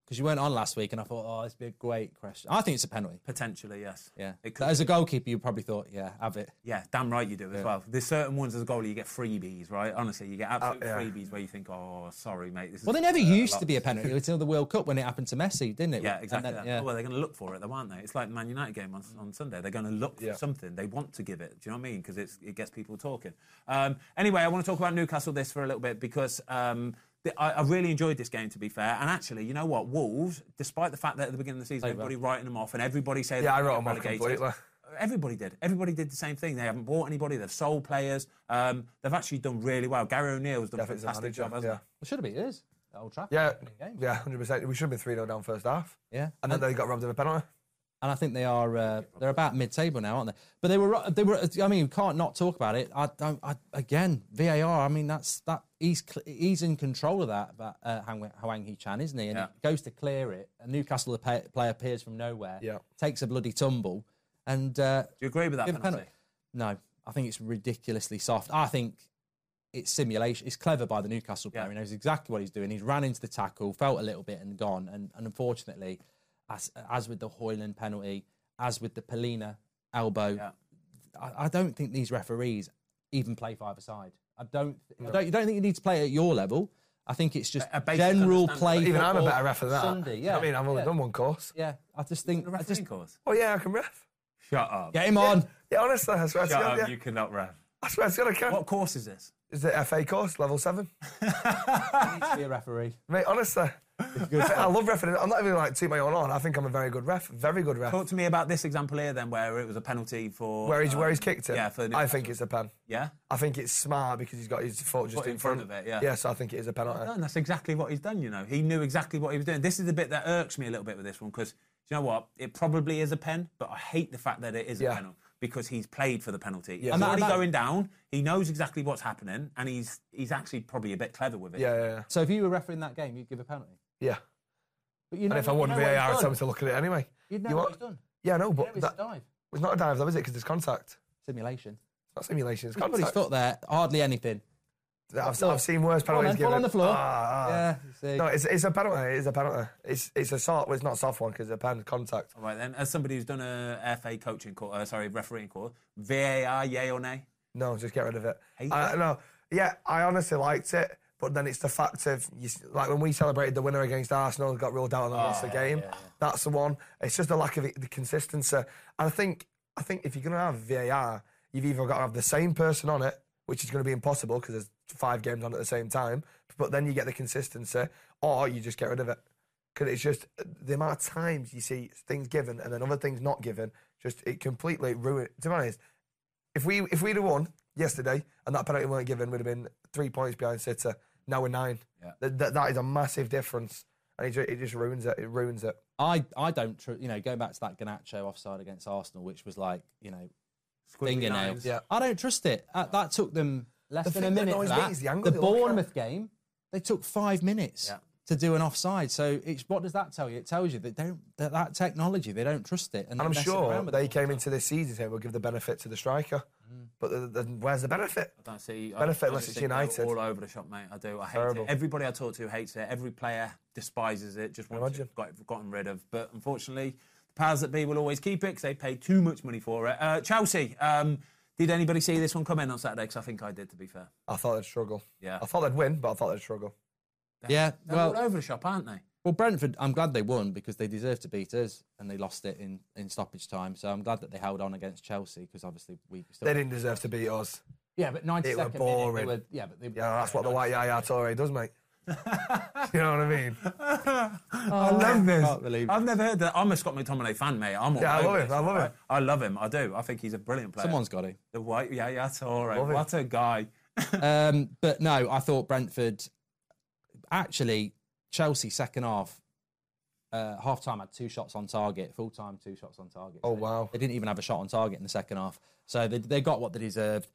Speaker 3: Because you weren't on last week, and I thought, oh, this would be a great question. I think it's a penalty.
Speaker 1: potentially, yes.
Speaker 3: Yeah.
Speaker 1: It could
Speaker 3: But as a goalkeeper, you probably thought, yeah, have it.
Speaker 1: Yeah, damn right you do as well. There's certain ones as a goalie you get freebies, right? Honestly, you get absolute
Speaker 2: yeah.
Speaker 1: freebies where you think, oh, sorry, mate. This is
Speaker 3: Well, they never
Speaker 1: uh,
Speaker 3: used
Speaker 1: lot."
Speaker 3: to be a penalty until the World Cup when it happened to Messi, didn't it?
Speaker 1: Yeah,
Speaker 3: And
Speaker 1: exactly.
Speaker 3: then-
Speaker 1: that.
Speaker 3: yeah.
Speaker 1: Oh, well, they're going to look for it, though, aren't they? It's like the Man United game on, on Sunday. They're going to look
Speaker 2: Yeah.
Speaker 1: for something. They want to give it. Do you know what I mean? Because it gets people talking. Um, anyway, I want to talk about Newcastle this for a little bit because um, the, I, I really enjoyed this game, to be fair. And actually, you know what? Wolves, despite the fact that at the beginning of the season, everybody writing them off and everybody saying
Speaker 2: Yeah, I
Speaker 1: they're
Speaker 2: wrote 'em off
Speaker 1: relegated.
Speaker 2: completely.
Speaker 1: Everybody did. Everybody did the same thing. They haven't bought anybody. They've sold players. Um, they've actually done really well. Gary O'Neill has done
Speaker 2: Definitely
Speaker 1: a fantastic
Speaker 2: manager.
Speaker 1: job, hasn't
Speaker 2: yeah.
Speaker 1: he?
Speaker 3: Well, should have been. It is. At Old Trafford.
Speaker 2: Yeah,
Speaker 3: Game.
Speaker 2: yeah, hundred percent. We should have been three 0 down first half.
Speaker 3: Yeah.
Speaker 2: and then they got robbed of a penalty.
Speaker 3: and I think they are uh, they're about mid-table now, aren't they? But they were they were. I mean, you can't not talk about it. I, don't- I, again VAR. I mean, that's that he's cl- he's in control of that. That uh, Hwang, Hwang Hee Chan, isn't he? And
Speaker 1: Yeah.
Speaker 3: he goes to clear it. A Newcastle pa- player appears from nowhere.
Speaker 2: Yeah.
Speaker 3: takes a bloody tumble, and uh,
Speaker 1: Do you agree with that
Speaker 3: give a
Speaker 1: penalty?
Speaker 3: No, I think it's ridiculously soft. I think. It's simulation. It's clever by the Newcastle player.
Speaker 1: Yeah.
Speaker 3: He knows exactly what he's doing. He's ran into the tackle, felt a little bit, and gone. And, and unfortunately, as, as with the Hoyland penalty, as with the Polina elbow,
Speaker 1: Yeah.
Speaker 3: I, I don't think these referees even play five aside. I don't. I don't. You don't think you need to play at your level. I think it's just
Speaker 1: A- a basic
Speaker 3: general
Speaker 1: understanding.
Speaker 3: play.
Speaker 2: Even I'm a
Speaker 3: football
Speaker 2: better ref than that.
Speaker 3: Sunday, yeah.
Speaker 2: I mean, I've only
Speaker 3: yeah,
Speaker 2: done one course.
Speaker 3: Yeah, I just think.
Speaker 1: The
Speaker 3: I
Speaker 1: refereeing
Speaker 3: just
Speaker 1: course.
Speaker 2: Oh yeah, I can ref.
Speaker 1: Shut up.
Speaker 3: get him on.
Speaker 2: Yeah, honestly, I swear to
Speaker 1: Shut
Speaker 2: God,
Speaker 1: up.
Speaker 2: yeah.
Speaker 1: um, You cannot ref.
Speaker 2: I swear to God, I can.
Speaker 1: What course is this?
Speaker 2: Is it FA course level seven?
Speaker 3: He needs to be a referee.
Speaker 2: Mate, honestly,
Speaker 3: Good
Speaker 2: I love refereeing. I'm not even like toot my own horn. I think I'm a very good ref. Very good ref.
Speaker 1: Talk to me about this example here, then, where it was a penalty for
Speaker 2: Where he's,
Speaker 1: um,
Speaker 2: where he's kicked it.
Speaker 1: Yeah, for
Speaker 2: I think it's a pen.
Speaker 1: yeah.
Speaker 2: I think it's smart because he's got his foot just
Speaker 1: Foot in front of it, yeah.
Speaker 2: Yes, I think it is a penalty.
Speaker 1: No, and that's exactly what he's done. You know, he knew exactly what he was doing. This is the bit that irks me a little bit with this one because you know what? It probably is a pen, but I hate the fact that it is
Speaker 2: Yeah.
Speaker 1: a penalty because he's played for the penalty.
Speaker 2: Yeah.
Speaker 1: He's
Speaker 2: And that-
Speaker 1: already
Speaker 3: and that-
Speaker 1: going down. He knows exactly what's happening, and he's he's actually probably a bit clever with it.
Speaker 2: Yeah, yeah, yeah.
Speaker 3: So if you were refereeing that game, you'd give a penalty.
Speaker 2: yeah.
Speaker 3: But you
Speaker 2: And
Speaker 3: know,
Speaker 2: if I won
Speaker 3: you know what he's
Speaker 2: VAR, I'd
Speaker 3: done.
Speaker 2: tell me to look at it anyway.
Speaker 3: You'd know
Speaker 2: You
Speaker 3: what
Speaker 2: want-
Speaker 3: he's done.
Speaker 2: Yeah, no,
Speaker 3: You know
Speaker 2: but
Speaker 3: it's
Speaker 2: that,
Speaker 3: a dive.
Speaker 2: it's not a dive, though, is it? Because there's contact.
Speaker 3: Simulation.
Speaker 2: It's not simulation. It's
Speaker 3: He's put his
Speaker 2: contact.
Speaker 3: foot there. Hardly anything.
Speaker 2: I've, I've seen worse
Speaker 3: Fall on,
Speaker 2: penalties given.
Speaker 3: then, fall on the floor.
Speaker 2: Ah, ah.
Speaker 3: Yeah, you see.
Speaker 2: No, it's, it's a penalty. It is a penalty. It's it's a soft. Well, it's not a soft one because it's a pen contact.
Speaker 1: All right then, as somebody who's done a FA coaching course, uh, sorry, refereeing course, VAR, yay or nay?
Speaker 2: No, just get rid of it.
Speaker 1: Hate
Speaker 2: I,
Speaker 1: it?
Speaker 2: no, yeah, I honestly liked it, but then it's the fact of you, s- like when we celebrated the winner against Arsenal, got ruled out and lost the game. That's the one. It's just the lack of it- the consistency. And I think I think if you're going to have VAR, you've either got to have the same person on it, which is going to be impossible because there's five games on at the same time. But then you get the consistency, or you just get rid of it. Because it's just the amount of times you see things given and then other things not given, just it completely ruined. To be honest, if we if we'd have won yesterday and that penalty weren't given, we'd have been three points behind City. Now we're nine.
Speaker 1: Yeah.
Speaker 2: Th- th- that is a massive difference, and it, ju- it just ruins it. It ruins it.
Speaker 3: I, I don't, tr- you know, going back to that Ganacho offside against Arsenal, which was like, you know, fingernail.
Speaker 1: lines.
Speaker 2: Yeah.
Speaker 3: I don't trust it. Uh, that took them less
Speaker 2: The
Speaker 3: than a
Speaker 2: thing that
Speaker 3: minute. for
Speaker 2: annoys me
Speaker 3: that.
Speaker 2: is the angle
Speaker 3: the
Speaker 2: they look at.
Speaker 3: Bournemouth game, they took five minutes
Speaker 1: Yeah.
Speaker 3: to do an offside. So it's, what does that tell you? It tells you that they don't, that, that technology, they don't trust it. And,
Speaker 2: And I'm
Speaker 3: they're messing around
Speaker 2: sure
Speaker 3: with it
Speaker 2: they
Speaker 3: all the
Speaker 2: came
Speaker 3: time. Mm.
Speaker 2: into this season saying we'll give the benefit to the striker, but the, the, where's the benefit?
Speaker 1: I don't see I-
Speaker 2: Benefit
Speaker 1: I
Speaker 2: unless
Speaker 1: just
Speaker 2: it's
Speaker 1: think they're
Speaker 2: United.
Speaker 1: All over the shop, mate. I do. I hate
Speaker 2: Terrible.
Speaker 1: it. Everybody I talk to hates it. Every player despises it. Just wants
Speaker 2: Imagine.
Speaker 1: it got, gotten rid of. But unfortunately, the powers that be will always keep it because they pay too much money for it. Uh, Chelsea. Um, did anybody see this one come in on Saturday? Because I think I did. To be fair,
Speaker 2: I thought they'd struggle.
Speaker 1: Yeah.
Speaker 2: I thought they'd win, but I thought they'd struggle.
Speaker 3: Yeah,
Speaker 1: they're
Speaker 3: well-
Speaker 1: all over the shop, aren't they?
Speaker 3: Well, Brentford, I'm glad they won because they deserved to beat us and they lost it in, in stoppage time. So I'm glad that they held on against Chelsea because obviously we still.
Speaker 2: They didn't deserve to beat us.
Speaker 3: Yeah, but 90
Speaker 2: It were
Speaker 3: second minute, they
Speaker 2: boring.
Speaker 3: were- yeah, but they,
Speaker 2: Yeah, that's what the white Yaya Torre does, mate. you know what I mean?
Speaker 1: I love this.
Speaker 3: Oh, can't believe it.
Speaker 1: I've never heard that. I'm a Scott McTominay fan, mate. I'm all
Speaker 2: Yeah, I
Speaker 1: over
Speaker 2: love him,
Speaker 1: this,
Speaker 2: I love him.
Speaker 1: right? I love him. I do. I think he's a brilliant player.
Speaker 3: Someone's got it.
Speaker 1: the white. Yeah, yeah. Torre.
Speaker 2: Love him.
Speaker 1: What a guy.
Speaker 3: Um, but no, I thought Brentford. Actually, Chelsea second half, uh, half time had two shots on target. Full time, two shots on target.
Speaker 2: Oh,
Speaker 3: So
Speaker 2: wow.
Speaker 3: They didn't even have a shot on target in the second half, so they, they got what they deserved.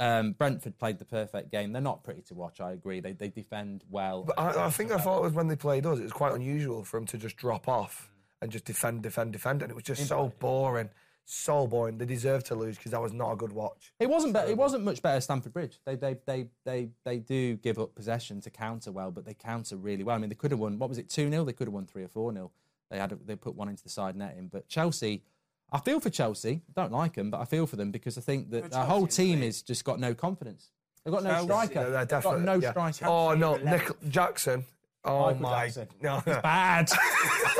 Speaker 3: Um, Brentford played the perfect game. They're not pretty to watch. I agree. They they defend well.
Speaker 2: But I, I think I thought it was when they played us. It was quite unusual for them to just drop off and just defend, defend, defend, and it was just so boring, so boring. They deserved to lose because that was not a good watch.
Speaker 3: It wasn't. Be- it wasn't much better. Stamford Bridge. They they they they they do give up possession to counter well, but they counter really well. I mean, they could have won. What was it? Two 0 They could have won three or four 0 They had. A, they put one into the side netting. But Chelsea, I feel for Chelsea. I don't like them, but I feel for them because I think that the whole team is just got no confidence. They've got no
Speaker 1: Chelsea,
Speaker 3: striker.
Speaker 2: Yeah,
Speaker 3: They've got
Speaker 2: definitely-
Speaker 3: no
Speaker 2: yeah.
Speaker 3: striker.
Speaker 2: Oh no, Nick Jackson. Oh
Speaker 3: Michael
Speaker 2: my,
Speaker 3: Jackson.
Speaker 2: no,
Speaker 3: bad.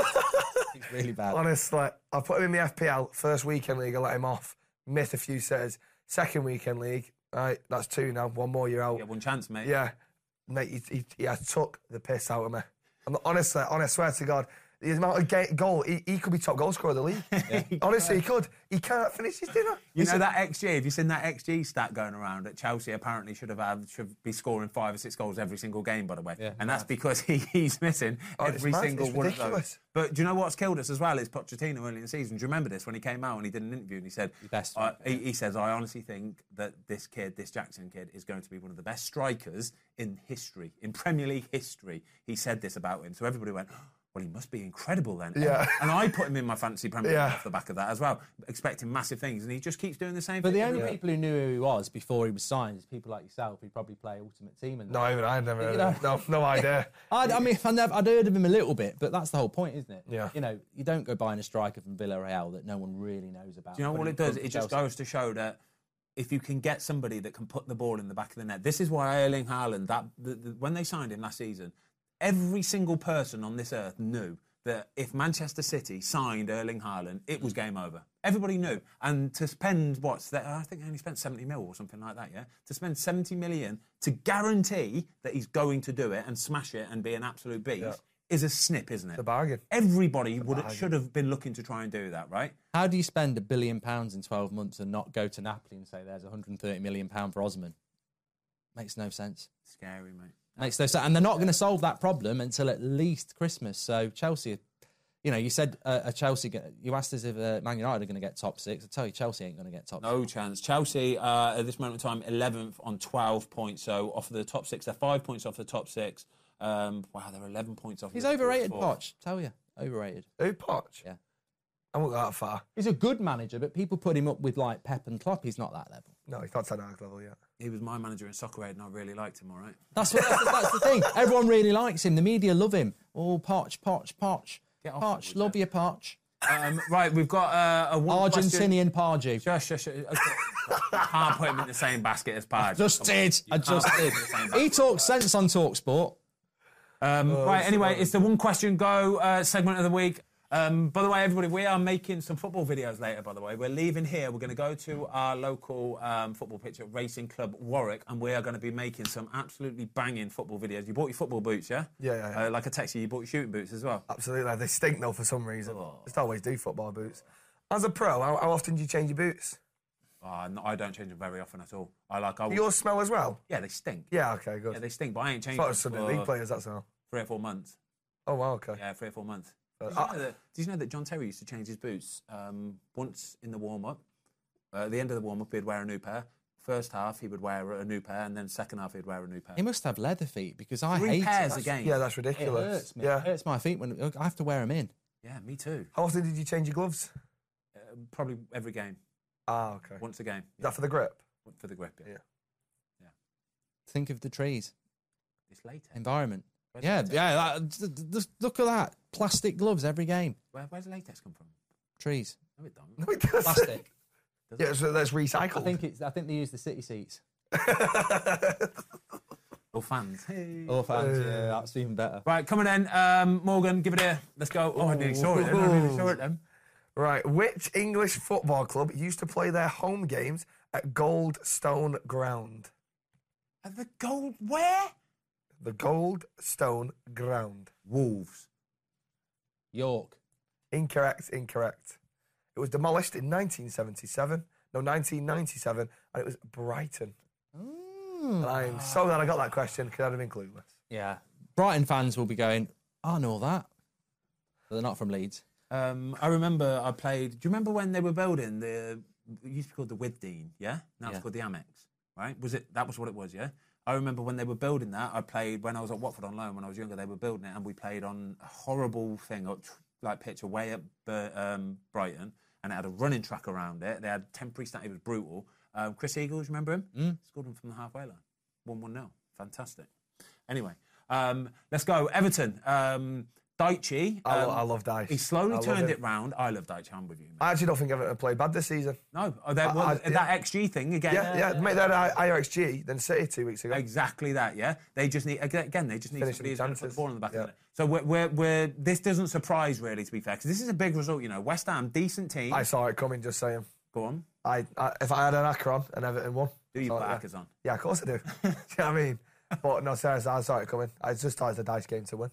Speaker 3: it's really bad.
Speaker 2: honestly, I put him in the FPL first weekend league. I let him off, missed a few sitters. Second weekend league, right? That's two now. One more year out.
Speaker 1: Yeah, one chance, mate.
Speaker 2: Yeah, mate, he, he, he has took the piss out of me. I'm not- honestly, honest, swear to God, the amount of ga- goal, he, he could be top goal scorer of the league. honestly, he could. He can't finish his dinner.
Speaker 1: You know that XG? Have you seen that XG stat going around that Chelsea apparently should have had, should be scoring five or six goals every single game, by the way? and that's because he, he's missing
Speaker 2: Oh, it's
Speaker 1: every
Speaker 2: mad.
Speaker 1: single
Speaker 2: It's
Speaker 1: one of those.
Speaker 2: ridiculous.
Speaker 1: But do you know what's killed us as well? Is Pochettino early in the season. Do you remember this when he came out and he did an interview and he said,
Speaker 3: best
Speaker 1: I-
Speaker 3: one,
Speaker 1: he, he says, I honestly think that this kid, this Jackson kid, is going to be one of the best strikers in history, in Premier League history. He said this about him. So everybody went, well, he must be incredible then.
Speaker 2: Yeah.
Speaker 1: And I put him in my fantasy Premier League
Speaker 2: Yeah.
Speaker 1: off the back of that as well, expecting massive things. And he just keeps doing the same
Speaker 3: But
Speaker 1: thing.
Speaker 3: the only people who knew who he was before he was signed is people like yourself who probably play Ultimate Team and
Speaker 2: No, even I've never.
Speaker 3: You
Speaker 2: Heard
Speaker 3: know.
Speaker 2: of it. No, no idea.
Speaker 3: I'd, I mean, I never, I'd heard of him a little bit, but that's the whole point, isn't it?
Speaker 2: Yeah.
Speaker 3: You know, you don't go buying a striker from Villarreal that no one really knows about.
Speaker 1: Do you know
Speaker 3: But
Speaker 1: what
Speaker 3: he
Speaker 1: it does?
Speaker 3: comes
Speaker 1: It
Speaker 3: to
Speaker 1: just
Speaker 3: Chelsea.
Speaker 1: goes to show that if you can get somebody that can put the ball in the back of the net, this is why Erling Haaland, that the, the, when they signed him last season, every single person on this earth knew that if Manchester City signed Erling Haaland, it was game over. Everybody knew. And to spend what's that? I think they only spent 70 mil or something like that, yeah? To spend 70 million to guarantee that he's going to do it and smash it and be an absolute beast is a snip, isn't it?
Speaker 2: The bargain.
Speaker 1: Everybody would should have been looking to try and do that, right?
Speaker 3: How do you spend a billion pounds in 12 months and not go to Napoli and say there's 130 million pound for Osman? Makes no sense.
Speaker 1: Scary, mate.
Speaker 3: Makes no sense. And they're not going to solve that problem until at least Christmas. So Chelsea, you know, you said uh, a Chelsea. g- You asked us if uh, Man United are going to get top six. I tell you, Chelsea ain't going to get top. six.
Speaker 1: No chance. Chelsea, uh, at this moment in time, 11th on 12 points. So off of the top six, they're five points off the top six. Um, wow, they're 11 points off.
Speaker 3: He's
Speaker 1: Liverpool,
Speaker 3: overrated,
Speaker 1: fourth.
Speaker 3: Poch. Tell you, overrated.
Speaker 2: Who, Poch?
Speaker 3: Yeah.
Speaker 2: I won't go that far.
Speaker 3: He's a good manager, but people put him up with like Pep and Klopp. He's not that level.
Speaker 2: No, he's not Ten Hag level yet.
Speaker 1: He was my manager in soccer aid, and I really liked him, all right?
Speaker 3: That's what, that's, that's the thing. Everyone really likes him. The media love him. Oh, Poch, Poch, Poch,
Speaker 1: Get off it,
Speaker 3: Poch.
Speaker 1: would
Speaker 3: Love you, Poch.
Speaker 1: Um, right, we've got uh, a one question-
Speaker 3: Argentinian Pardew.
Speaker 1: Shush, shush, shush. Okay. Can't put him in the same basket as Pard.
Speaker 3: Just did. I just did. He talks sense on Talksport.
Speaker 1: Um,
Speaker 2: Oh,
Speaker 1: right, anyway, it's the one question go uh, segment of the week. Um, by the way, everybody, we are making some football videos later, by the way. We're leaving here. We're going to go to our local um, football pitch at Racing Club Warwick, and we are going to be making some absolutely banging football videos. You bought your football boots, yeah?
Speaker 2: Yeah, yeah, Uh, yeah.
Speaker 1: Uh, like I texted you, you bought your shooting boots as well.
Speaker 2: Absolutely. They stink though for some reason.
Speaker 1: Oh.
Speaker 2: Just always do football boots. As a pro, how, how often do you change your boots?
Speaker 1: Uh, no, I don't change them very often at all. I like, I
Speaker 2: Do
Speaker 1: will-
Speaker 2: yours smell as well?
Speaker 1: Yeah, they stink.
Speaker 2: Yeah, okay, good.
Speaker 1: Oh. Yeah, they stink, but I ain't changed
Speaker 2: thought it
Speaker 1: them
Speaker 2: was
Speaker 1: for
Speaker 2: Sunday league players, that's all.
Speaker 1: three or four months.
Speaker 2: Oh, wow, okay.
Speaker 1: Yeah, three or four months. Did you,
Speaker 2: Uh,
Speaker 1: know that, did you know that John Terry used to change his boots um, once in the warm up? Uh, at the end of the warm up, he'd wear a new pair. First half, he would wear a new pair, and then second half, he'd wear a new pair.
Speaker 3: He must have leather feet because I
Speaker 1: Three
Speaker 3: hate
Speaker 1: pairs
Speaker 3: it.
Speaker 1: a game.
Speaker 2: Yeah, that's
Speaker 3: It
Speaker 2: ridiculous.
Speaker 3: hurts me.
Speaker 2: yeah.
Speaker 3: It hurts my feet when I have to wear them in.
Speaker 1: Yeah, me too.
Speaker 2: How often did you change your gloves?
Speaker 1: Uh, probably every game,
Speaker 2: Ah, okay. Is
Speaker 1: once a game
Speaker 2: that for the grip?
Speaker 1: for the grip. Yeah.
Speaker 2: Yeah.
Speaker 3: Think of the trees,
Speaker 1: It's later.
Speaker 3: environment.
Speaker 1: Where's
Speaker 3: Yeah,
Speaker 1: latex?
Speaker 3: yeah. That, th- th- th- look at that. Plastic gloves every game.
Speaker 1: Where, where's latex come from?
Speaker 3: Trees.
Speaker 1: No, it don't.
Speaker 2: No, it doesn't.
Speaker 3: Plastic.
Speaker 2: Yeah, so that's recycled.
Speaker 3: I think it's. I think they use the city seats.
Speaker 1: Or fans.
Speaker 3: Oh, fans. Yeah, that's even better.
Speaker 1: Right, coming in. Um, Morgan, give it here. Let's go. Oh, I nearly saw it. Then. I nearly saw it. Then.
Speaker 2: Right, which English football club used to play their home games at Goldstone Ground?
Speaker 1: And the gold. Where?
Speaker 2: The Goldstone Ground.
Speaker 1: Wolves.
Speaker 3: York.
Speaker 2: Incorrect, incorrect. It was demolished in 1977. No, 1997, and it was Brighton.
Speaker 1: Hmm.
Speaker 2: And I am so glad I got that question because I'd have been clueless.
Speaker 3: Yeah. Brighton fans will be going. I know that. But they're not from Leeds.
Speaker 1: Um, I remember I played. Do you remember when they were building the? It used to be called the Widdean, yeah. Now it's
Speaker 3: Yeah.
Speaker 1: called the Amex, right? Was it? That was what it was, yeah. I remember when they were building that. I played when I was at Watford on loan when I was younger. They were building it, and we played on a horrible thing, a tr- like pitch away at Bur- um, Brighton, and it had a running track around it. They had temporary stand. It was brutal. Um, Chris Eagles, remember him?
Speaker 2: Hmm?
Speaker 1: Mm. Scored him from the halfway line, one one nil. Fantastic. Anyway, um, let's go Everton. Um, Daichi.
Speaker 2: I, lo-
Speaker 1: um,
Speaker 2: I love Dice.
Speaker 1: he slowly
Speaker 2: I love
Speaker 1: turned
Speaker 2: him.
Speaker 1: it round. I love Deitch. I'm with you. Mate.
Speaker 2: I actually don't think Everton have played bad this season.
Speaker 1: No, oh, that,
Speaker 2: I-
Speaker 1: well,
Speaker 2: I-
Speaker 1: that
Speaker 2: yeah.
Speaker 1: XG thing again.
Speaker 2: Yeah, yeah, mate, they're I- IRXG, then City two weeks ago.
Speaker 1: Uh, Exactly that. Yeah, they just need aga- again. They just need
Speaker 2: Finishing
Speaker 1: somebody who's going to put the
Speaker 2: chances.
Speaker 1: ball in the back of
Speaker 2: Yeah.
Speaker 1: the net. So we're, we're, we're this doesn't surprise really, to be fair, because this is a big result. You know, West Ham, decent team.
Speaker 2: I saw it coming, just saying.
Speaker 1: Go on,
Speaker 2: I, I If I had an Akron and Everton won.
Speaker 1: do your
Speaker 2: I saw it, yeah.
Speaker 1: backers on.
Speaker 2: Yeah, of course I do. do you know what I mean? But no, seriously, I saw it coming. I just thought it was a Dice game to win.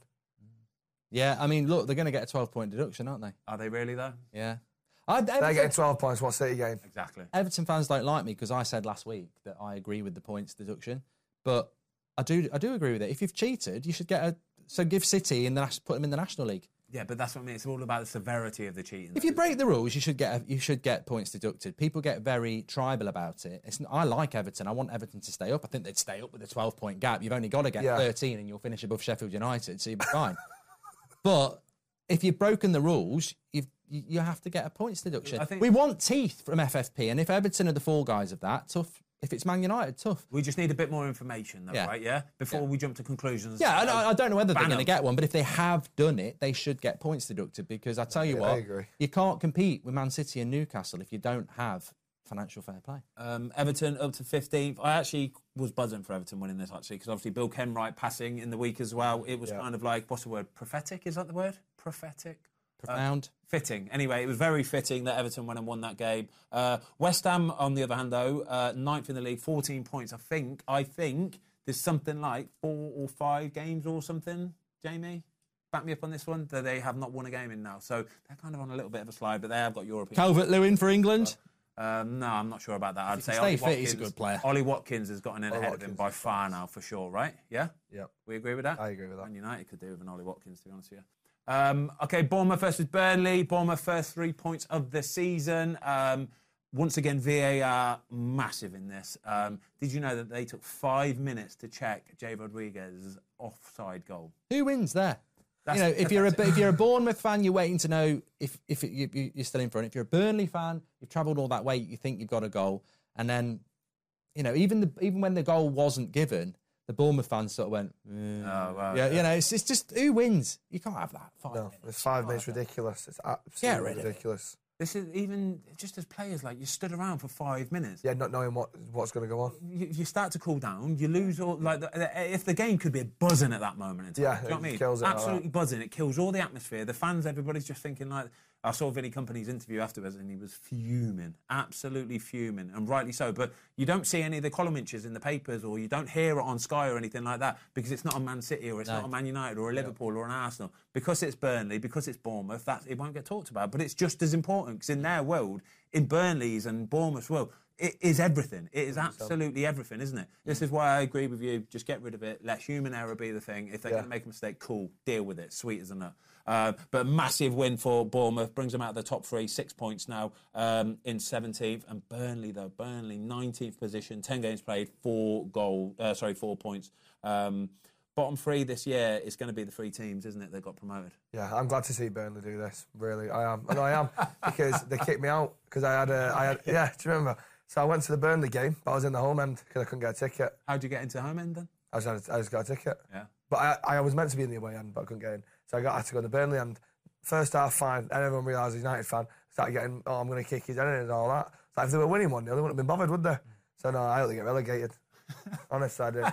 Speaker 3: Yeah. I mean, look, they're going to get a 12-point deduction, aren't they?
Speaker 1: Are they really though?
Speaker 3: Yeah. I,
Speaker 2: They're
Speaker 3: Everton,
Speaker 2: getting 12 points, what City game?
Speaker 1: Exactly.
Speaker 3: Everton fans don't like me because I said last week that I agree with the points deduction, but I do I do agree with it. If you've cheated, you should get a so give City in the nas- put them in the National League.
Speaker 1: Yeah, but that's what I mean. It's all about the severity of the cheating.
Speaker 3: If you break the rules, you should get a, you should get points deducted. People get very tribal about it. It's, n- I like Everton. I want Everton to stay up. I think they'd stay up with a twelve point gap. You've only got to get
Speaker 2: Yeah.
Speaker 3: thirteen, and you'll finish above Sheffield United, so you'll be fine. but if you've broken the rules, you've you you have to get a points deduction.
Speaker 1: I think-
Speaker 3: we want teeth from FFP, and if Everton are the fall guys of that, tough. If it's Man United, tough.
Speaker 1: we just need a bit more information, though,
Speaker 3: Yeah.
Speaker 1: right? Yeah, before we jump to conclusions.
Speaker 3: Yeah, I, don't- I don't know whether they're
Speaker 1: Ban
Speaker 3: going to
Speaker 1: 'em.
Speaker 3: get one, but if they have done it, they should get points deducted because I tell you
Speaker 2: Yeah,
Speaker 3: what,
Speaker 2: I agree.
Speaker 3: you can't compete with Man City and Newcastle if you don't have financial fair play.
Speaker 2: Uh,
Speaker 1: Um, Everton up to 15th. I actually was buzzing for Everton winning this, actually, because obviously Bill Kenwright passing in the week as well. It was kind of like, what's the word? Prophetic? Is that the word? Prophetic?
Speaker 3: Profound.
Speaker 1: Fitting. Anyway, it was very fitting that Everton went and won that game. Uh, West Ham, on the other hand, though, uh, ninth in the league, 14 points. I think, I think there's something like four or five games or something, Jamie? back me up on this one that they have not won a game in now. So they're kind of on a little bit of a slide, but they have got European.
Speaker 3: Calvert Lewin for England.
Speaker 2: uh,
Speaker 1: Um, no, I'm not sure about that. I'd
Speaker 3: can
Speaker 1: say
Speaker 3: stay
Speaker 1: Ollie
Speaker 3: fit,
Speaker 1: Watkins,
Speaker 3: he's a good player.
Speaker 1: Ollie Watkins has gotten ahead of him
Speaker 2: Watkins
Speaker 1: by
Speaker 2: is
Speaker 1: far now for sure, right? Yeah,
Speaker 2: Yeah.
Speaker 1: we agree with that.
Speaker 2: I agree with that.
Speaker 1: And United could do with an Ollie Watkins, to be honest with you. Um, okay, Bournemouth versus Burnley. Bournemouth first three points of the season. Um, once again, VAR massive in this. Um, did you know that they took five minutes to check Jay Rodriguez's offside goal?
Speaker 3: Who wins there? you know,
Speaker 1: That's-
Speaker 3: if you're a if you're a Bournemouth fan, you're waiting to know if if it, you, you- you're still in front. If you're a Burnley fan, you've travelled all that way, you think you've got a goal, and then, you know, even the even when the goal wasn't given, the Bournemouth fans sort of went, "Eh."
Speaker 1: Oh, wow.
Speaker 3: yeah, you know, it's, it's just who wins. You can't have that. Five
Speaker 2: No,
Speaker 3: minutes.
Speaker 2: it's five minutes ridiculous. It's
Speaker 3: Get
Speaker 2: absolutely
Speaker 3: rid of it.
Speaker 2: ridiculous.
Speaker 1: This is even just as players, like you stood around for five minutes.
Speaker 2: Yeah, not knowing what what's going to go on.
Speaker 1: You, you start to cool down. You lose all like the, the- if the game could be buzzing at that moment. In time,
Speaker 2: Yeah,
Speaker 1: do you know what I
Speaker 2: it
Speaker 1: mean?
Speaker 2: kills it like
Speaker 1: Absolutely
Speaker 2: that.
Speaker 1: buzzing. It kills all the atmosphere. The fans, everybody's just thinking like. I saw Vinny Company's interview afterwards, and he was fuming, absolutely fuming, and rightly so. But you don't see any of the column inches in the papers, or you don't hear it on Sky or anything like that, because it's not a Man City or it's not a Man United or a Liverpool or an Arsenal. Because it's Burnley, because it's Bournemouth, that it won't get talked about. But it's just as important because in their world, in Burnley's and Bournemouth's world, it is everything. It is absolutely everything, isn't it? This is why I agree with you. Just get rid of it. Let human error be the thing. If they're going to make a mistake, cool. Deal with it. Sweet as a nut. Uh, but massive win for Bournemouth. Brings them out of the top three. Six points now um, in 17th. And Burnley, though. Burnley, 19th position. 10 games played. Four goal. Uh, sorry, four points. Um, bottom three this year is going to be the three teams, isn't it, that got promoted?
Speaker 2: Yeah, I'm glad to see Burnley do this. Really, I am, and I am because they kicked me out because I had a, I had, yeah. Do you remember? So I went to the Burnley game, but I was in the home end because I couldn't get a ticket.
Speaker 1: How'd you get into home end then?
Speaker 2: I just, had a, I just got a ticket.
Speaker 1: Yeah.
Speaker 2: But I, I was meant to be in the away end, but I couldn't get in. So I got I had to go to Burnley end. First half, fine. And everyone realised he's a United fan. Started getting, oh, I'm going to kick his head in and all that. It's like, if they were winning 1 0, they wouldn't have been bothered, would they?
Speaker 3: Mm.
Speaker 2: So, no, I only get relegated. Honestly, I did.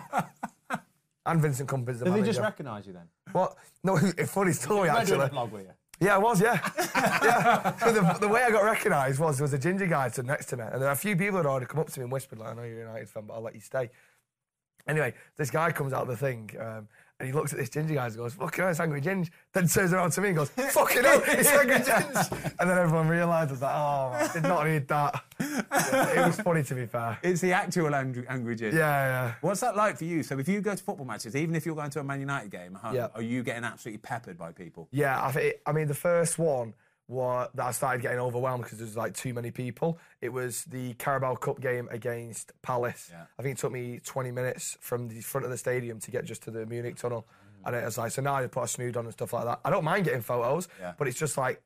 Speaker 2: and Vincent Company's the
Speaker 3: Did they
Speaker 2: manager.
Speaker 3: just recognise you then?
Speaker 2: what? No, a funny story,
Speaker 3: Am I doing
Speaker 2: actually.
Speaker 3: a vlog with you?
Speaker 2: Yeah, I was, yeah. yeah. So the, the way I got recognised was there was a ginger guy stood next to me, and there were a few people had already come up to me and whispered, like, I know you're a United fan, but I'll let you stay. Anyway, this guy comes out of the thing, um, and he looks at this ginger guy and goes, fucking hell, it's Angry Ginge. Then turns around to me and goes, fucking hell, it's Angry Ginge. And then everyone realised, I was like, oh, I did not need that. Yeah, it was funny, to be fair.
Speaker 1: It's the actual Angry, angry Jim.
Speaker 2: Yeah, yeah.
Speaker 1: What's that like for you? So if you go to football matches, even if you're going to a Man United game at home,
Speaker 2: Yeah.
Speaker 1: are you getting absolutely peppered by people?
Speaker 2: Yeah, I, thi- I mean, the first one was that I started getting overwhelmed because there was like too many people. It was the Carabao Cup game against Palace. I think it took me 20 minutes from the front of the stadium to get just to the Munich tunnel.
Speaker 1: Mm.
Speaker 2: And it was like, so now I put a snood on and stuff like that. I don't mind getting photos,
Speaker 1: Yeah.
Speaker 2: but it's just like,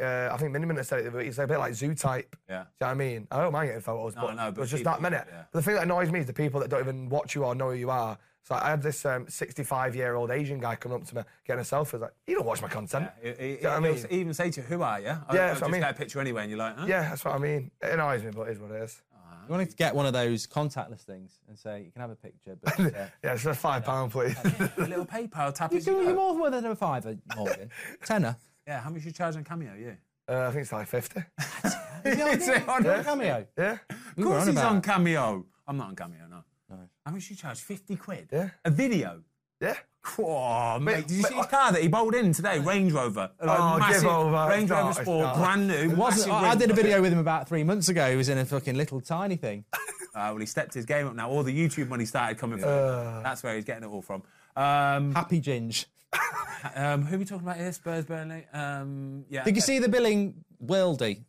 Speaker 2: uh, I think Miniman has said it, but it's a bit like zoo type.
Speaker 1: Yeah.
Speaker 2: Do you know what I mean? I don't mind getting photos,
Speaker 1: No,
Speaker 2: but,
Speaker 1: no,
Speaker 2: it
Speaker 1: but
Speaker 2: was just
Speaker 1: people-
Speaker 2: that minute.
Speaker 1: yeah.
Speaker 2: But the thing that annoys me is the people that don't even watch you or know who you are. So I had this 65 year old Asian guy coming up to me getting a selfie. I was like, you don't watch my content.
Speaker 1: It, it,
Speaker 2: Do you know what I
Speaker 1: it'll
Speaker 2: mean?
Speaker 1: even say to you, who are you? Yeah,
Speaker 2: that's
Speaker 1: just
Speaker 2: what I mean.
Speaker 1: get a picture anyway, and you're like, huh?
Speaker 2: Yeah, that's what I mean. It annoys me, but it is what it is.
Speaker 3: You wanted to get one of those contactless things and say you can have a picture, but uh,
Speaker 2: Yeah, it's a five pound, please.
Speaker 1: A little PayPal tap.
Speaker 3: you
Speaker 1: is-
Speaker 3: do you more than a fiver, Morgan. Tenner.
Speaker 1: Yeah, how much you charge on Cameo? Yeah.
Speaker 2: uh, I think it's like 50.
Speaker 1: Is it on-
Speaker 3: Yeah. Cameo.
Speaker 2: Yeah.
Speaker 1: Of
Speaker 3: were
Speaker 1: course
Speaker 3: on
Speaker 1: he's
Speaker 3: about
Speaker 1: on
Speaker 3: it.
Speaker 1: Cameo. I'm not on Cameo, no. How much you charge? 50 quid?
Speaker 2: Yeah.
Speaker 1: A video?
Speaker 2: Yeah.
Speaker 1: Whoa, mate, did you
Speaker 2: but-
Speaker 1: see his car that he bowled in today? Range Rover. Like,
Speaker 2: Oh, give
Speaker 1: massive
Speaker 2: over.
Speaker 1: Range
Speaker 2: No,
Speaker 1: Rover
Speaker 2: it's
Speaker 1: Sport,
Speaker 2: not.
Speaker 1: brand new.
Speaker 3: It wasn't.
Speaker 1: massive
Speaker 3: I, I
Speaker 1: wing.
Speaker 3: did a video with him about three months ago. He was in a fucking little tiny thing.
Speaker 1: Uh, well, he stepped his game up now. All the YouTube money started coming from him. That's where he's getting it all from. Um,
Speaker 3: Happy Ginge.
Speaker 1: um, who are we talking about here? Spurs, Burnley. Um, yeah.
Speaker 3: Did you
Speaker 1: okay.
Speaker 3: see the billing worldy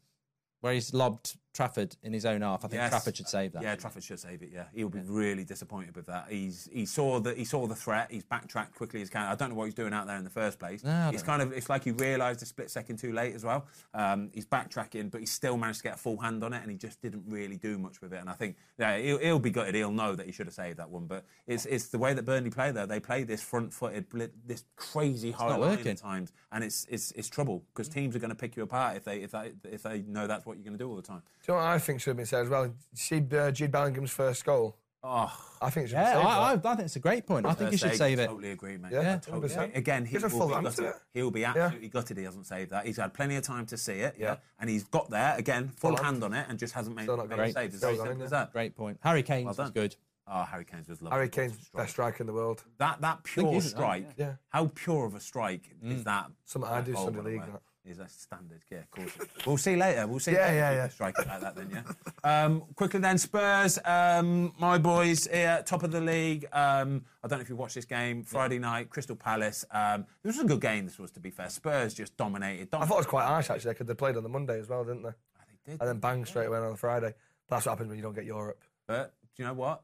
Speaker 3: where he's lobbed Trafford in his own half? I think
Speaker 1: Yes.
Speaker 3: Trafford should save that.
Speaker 1: Yeah, Trafford should save it. Yeah, he'll be really disappointed with that. He's he saw the he saw the threat. He's backtracked quickly as can. I don't know what he's doing out there in the first place.
Speaker 3: I
Speaker 1: it's
Speaker 3: don't
Speaker 1: kind of it's like he realised a split second too late as well. Um, he's backtracking, but he still managed to get a full hand on it, and he just didn't really do much with it. And I think yeah, he'll, he'll be gutted. He'll know that he should have saved that one. But it's it's the way that Burnley play though. They play this front footed, this crazy high line
Speaker 3: working.
Speaker 1: at times, and it's it's it's trouble because teams are going to pick you apart if they if they if they know that's what you're going to do all the time.
Speaker 2: Do you know what I think should have been said as well? Did you See uh, Jude Bellingham's first goal.
Speaker 1: Oh.
Speaker 2: I think it should have
Speaker 3: Yeah,
Speaker 2: been saved.
Speaker 3: I, I, I
Speaker 2: that.
Speaker 3: think it's a great point. I think he should
Speaker 1: Thursday.
Speaker 3: save it.
Speaker 1: Totally agree, mate.
Speaker 2: Yeah,
Speaker 1: Yeah,
Speaker 2: 100%.
Speaker 1: totally. Again, he
Speaker 2: Gives a
Speaker 1: will
Speaker 2: full
Speaker 1: be
Speaker 2: hand to
Speaker 1: gutted.
Speaker 2: it.
Speaker 1: He'll be absolutely gutted. He hasn't saved that. He's had plenty of time to see it. Yeah,
Speaker 2: Yeah.
Speaker 1: and he's got there again, full
Speaker 2: hand.
Speaker 1: hand on it, and just hasn't made,
Speaker 2: Still not
Speaker 1: made
Speaker 2: great.
Speaker 1: a save. It's
Speaker 2: Still
Speaker 1: very
Speaker 2: gone in
Speaker 1: simple as
Speaker 2: there.
Speaker 1: that.
Speaker 3: Great point. Harry Kane
Speaker 1: Well
Speaker 3: was
Speaker 1: done.
Speaker 3: good.
Speaker 1: Oh, Harry Kane's was lovely.
Speaker 2: Harry
Speaker 1: What a
Speaker 2: Kane's
Speaker 1: strike.
Speaker 2: best striker in the world.
Speaker 1: That that pure
Speaker 3: he's- oh,
Speaker 1: strike.
Speaker 2: yeah. Yeah.
Speaker 1: How pure of a strike is that?
Speaker 2: Something I
Speaker 1: that
Speaker 2: do
Speaker 1: goal,
Speaker 2: Sunday
Speaker 1: by the
Speaker 2: league,
Speaker 1: way,
Speaker 2: that.
Speaker 1: Is a standard. Yeah, of course. we'll see later. We'll see.
Speaker 2: Yeah,
Speaker 1: later
Speaker 2: yeah,
Speaker 1: if you
Speaker 2: yeah.
Speaker 1: can Strike it like that, then yeah. um, quickly then, Spurs. Um, my boys here, top of the league. Um, I don't know if you watched this game Friday night, Crystal Palace. Um, this was a good game. This was, to be fair. Spurs just dominated.
Speaker 2: I thought it was quite harsh actually because they played on the Monday as well, didn't they?
Speaker 1: they did.
Speaker 2: And then bang straight away on the Friday. But that's what happens when you don't get Europe.
Speaker 1: But do you know what?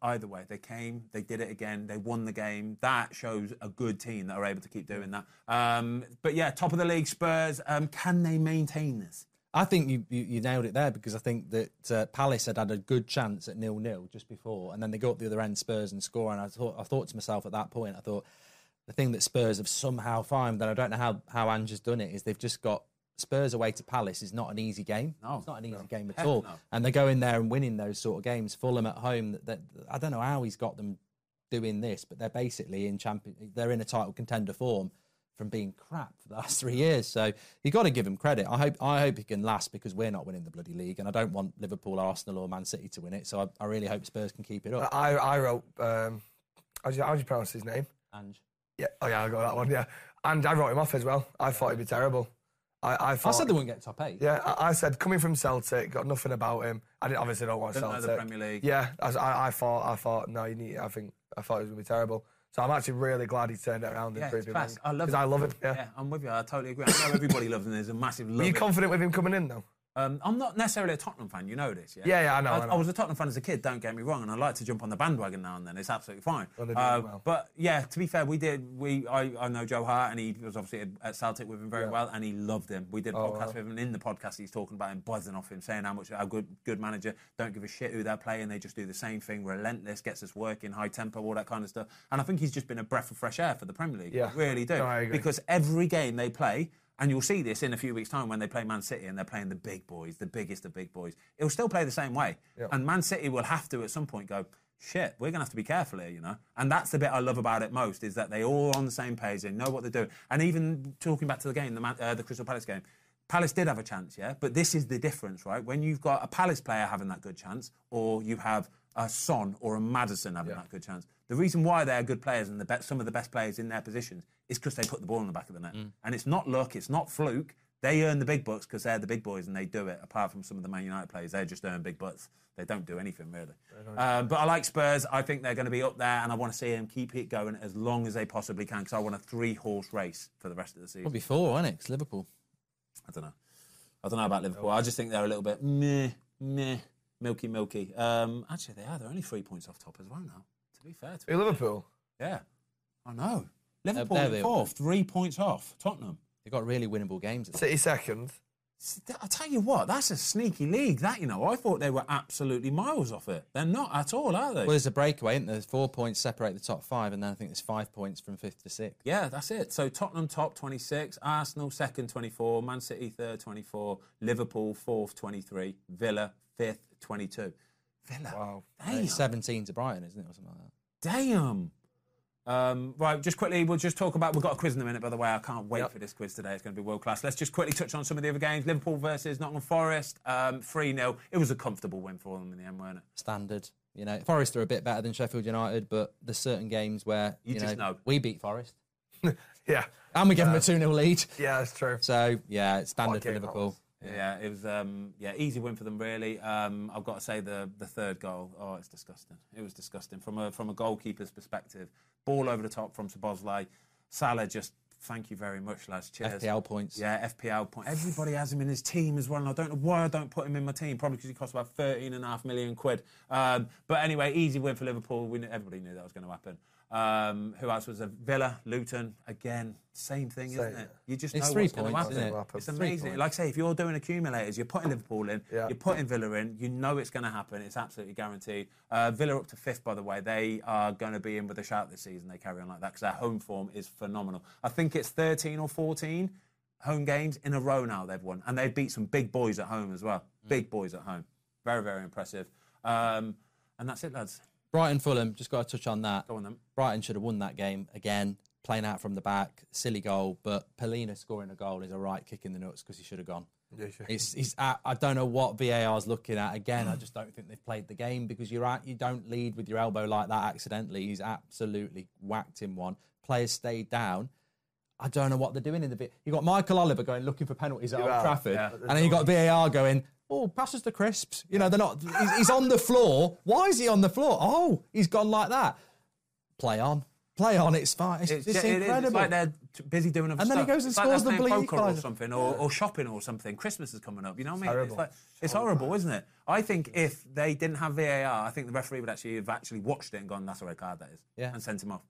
Speaker 1: Either way, they came, they did it again, they won the game. That shows a good team that are able to keep doing that. Um, but yeah, top of the league, Spurs. Um, can they maintain this?
Speaker 3: I think you, you, you nailed it there because I think that uh, Palace had had a good chance at nil nil just before, and then they go up the other end, Spurs, and score. And I thought, I thought to myself at that point, I thought the thing that Spurs have somehow found, and I don't know how how Ange has done it, is they've just got Spurs away to Palace is not an easy game. No, it's not an easy game at all. And they go in there and winning those sort of games. Fulham at home, that, that I don't know how he's got them doing this, but they're basically in champion. They're in a title contender form from being crap for the last three years. So you got to give him credit. I hope I hope he can last because we're not winning the bloody league, and I don't want Liverpool, Arsenal, or Man City to win it. So I, I really hope Spurs can keep it up.
Speaker 2: I, I wrote, um, how, do you, how do you pronounce his name?
Speaker 3: Ange.
Speaker 2: Yeah, oh yeah, I got that one, yeah. And I wrote him off as well. I thought he'd be terrible. I, I,
Speaker 3: I
Speaker 2: thought,
Speaker 3: said they wouldn't get top eight.
Speaker 2: Yeah, I, I said coming from Celtic, got nothing about him. I didn't, obviously don't watch
Speaker 1: Didn't know
Speaker 2: Celtic.
Speaker 1: the Premier League.
Speaker 2: Yeah, I, I, I thought, I thought, no, you need. I think I thought it was gonna be terrible. So I'm actually really glad he turned it around. and
Speaker 1: Yeah,
Speaker 2: proved
Speaker 1: it's
Speaker 2: me
Speaker 1: class.
Speaker 2: wrong.
Speaker 1: I love
Speaker 2: 'Cause
Speaker 1: it.
Speaker 2: I love it. Yeah.
Speaker 1: Yeah, I'm with you. I totally agree. I know everybody loves them. There's a massive love.
Speaker 2: Are you
Speaker 1: it.
Speaker 2: confident with him coming in though?
Speaker 1: Um, I'm not necessarily a Tottenham fan, you know this, yeah?
Speaker 2: Yeah, yeah, I know,
Speaker 1: I,
Speaker 2: I know.
Speaker 1: was a Tottenham fan as a kid, don't get me wrong, and I like to jump on the bandwagon now and then. It's absolutely fine. Uh,
Speaker 2: they do well.
Speaker 1: But yeah, to be fair, we did. We I, I know Joe Hart, and he was obviously at- at Celtic with him very well, and he loved him. We did a
Speaker 2: Oh,
Speaker 1: podcast with him, and in the podcast, he's talking about him, buzzing off him, saying how much how good good manager, don't give a shit who they're playing, they just do the same thing, relentless, gets us working, high tempo, all that kind of stuff. And I think he's just been a breath of fresh air for the Premier League.
Speaker 2: Yeah.
Speaker 1: really do
Speaker 2: No, I agree.
Speaker 1: because every game they play, and you'll see this in a few weeks' time when they play Man City and they're playing the big boys, the biggest of big boys, it'll still play the same way. And Man City will have to at some point go, shit, we're going to have to be careful here, you know? And that's the bit I love about it most is that they're all on the same page, they know what they're doing. And even talking back to the game, the, Man, uh, the Crystal Palace game, Palace did have a chance, yeah? But this is the difference, right? When you've got a Palace player having that good chance, or you have a Son or a Madison having that good chance. The reason why they are good players and the best, some of the best players in their positions is because they put the ball in the back of the net. And it's not luck, it's not fluke. They earn the big bucks because they're the big boys and they do it. Apart from some of the Man United players, they just earn big bucks. They don't do anything really. Um, but I like Spurs. I think they're going to be up there, and I want to see them keep it going as long as they possibly can because I want a three-horse race for the rest of the season.
Speaker 3: Probably four, wasn't it? 'Cause Liverpool.
Speaker 1: I don't know. I don't know about Liverpool. I just think they're a little bit meh, meh, milky, milky. Um, actually, they are. They're only three points off top as well now. To be fair, to
Speaker 2: Who Liverpool?
Speaker 1: yeah, I know. Liverpool
Speaker 3: there
Speaker 1: in
Speaker 3: they are.
Speaker 1: fourth, three points off Tottenham.
Speaker 3: They've got really winnable games.
Speaker 2: City second.
Speaker 1: S- th- I tell you what, that's a sneaky league. That you know, I thought they were absolutely miles off it. They're not at all, are they?
Speaker 3: Well, there's a breakaway, isn't there? There's Four points separate the top five, and then I think there's five points from fifth to sixth.
Speaker 1: Yeah, that's it. So Tottenham top 26, Arsenal second 24, Man City third 24, Liverpool fourth 23, Villa fifth 22. Villa.
Speaker 2: Wow.
Speaker 3: I think
Speaker 1: Damn.
Speaker 3: It's 17 to Brighton, isn't it, or something like that?
Speaker 1: Damn. Um, right, just quickly, we'll just talk about. We've got a quiz in a minute, by the way. I can't wait
Speaker 2: Yep.
Speaker 1: for this quiz today. It's going to be world class. Let's just quickly touch on some of the other games. Liverpool versus Nottingham Forest, 3 0. It was a comfortable win for them in the end, weren't it?
Speaker 3: standard. You know, Forest are a bit better than Sheffield United, but there's certain games where
Speaker 1: You
Speaker 3: you,
Speaker 1: just
Speaker 3: know,
Speaker 1: know.
Speaker 3: we beat Forest
Speaker 2: Yeah,
Speaker 1: Uh,
Speaker 3: and we gave them a 2 0 lead.
Speaker 2: yeah, that's true.
Speaker 3: So yeah, it's standard for
Speaker 2: game that
Speaker 3: Liverpool.
Speaker 2: was.
Speaker 1: Yeah, it was. Um, yeah, easy win for them. Really, um, I've got to say the the third goal. Oh, it's disgusting. It was disgusting from a from a goalkeeper's perspective. Ball over the top from Sabozlai. Salah just thank you very much, lads. Cheers.
Speaker 3: FPL points.
Speaker 1: Yeah, FPL point. Everybody has him in his team as well, and I don't know why I don't put him in my team. Probably because he costs about 13 and a half million quid. Um, but anyway, easy win for Liverpool. We knew, everybody knew that was going to happen. Um, who else was a Villa, Luton? Again, same thing, isn't it? You just
Speaker 3: It's
Speaker 1: know
Speaker 3: three
Speaker 1: what's going to
Speaker 3: points,
Speaker 1: happen.
Speaker 3: isn't it?
Speaker 2: What happens.
Speaker 1: It's amazing. Like I say, if you're doing accumulators, you're putting Liverpool in,
Speaker 2: Yeah.
Speaker 1: you're putting Villa in, you know it's going to happen. It's absolutely guaranteed. Uh, Villa up to fifth, by the way. They are going to be in with a shout this season. They carry on like that because their home form is phenomenal. I think it's 13 or 14 home games in a row now they've won. And they've beat some big boys at home as well. Big boys at home. Very, very impressive. Um, and that's it, lads.
Speaker 3: Brighton Fulham, just got to touch on that.
Speaker 1: Go on then.
Speaker 3: Brighton should have won that game again. Playing out from the back, silly goal, but Polina scoring a goal is a right kick in the nuts because he should have gone. It's, it's I, I don't know what VAR's looking at again. I just don't think they've played the game because you're at, you don't lead with your elbow like that accidentally. He's absolutely whacked him one. Players stayed down. I don't know what they're doing in the bit. You got Michael Oliver going looking for penalties at Old
Speaker 2: are,
Speaker 3: Trafford,
Speaker 2: yeah.
Speaker 3: and then you got VAR going. Oh, passes the crisps. You know they're not. He's, he's on the floor. Why is he on the floor? Oh, he's gone like that. Play on, play on. It's fine. It's, it's
Speaker 1: it is.
Speaker 3: incredible.
Speaker 1: It's like they're t- busy doing other
Speaker 3: And then he
Speaker 1: stuff.
Speaker 3: goes and
Speaker 1: it's like
Speaker 3: scores
Speaker 1: they're
Speaker 3: the
Speaker 1: playing
Speaker 3: bloody
Speaker 1: poker or
Speaker 3: equaliser.
Speaker 1: something, or, or shopping or something. Christmas is coming up. You know what I mean?
Speaker 2: Terrible.
Speaker 1: It's, like, it's horrible, isn't it? I think if they didn't have VAR, I think the referee would actually have actually watched it and gone, "That's a red card, that is,"
Speaker 3: Yeah.
Speaker 1: and sent him off.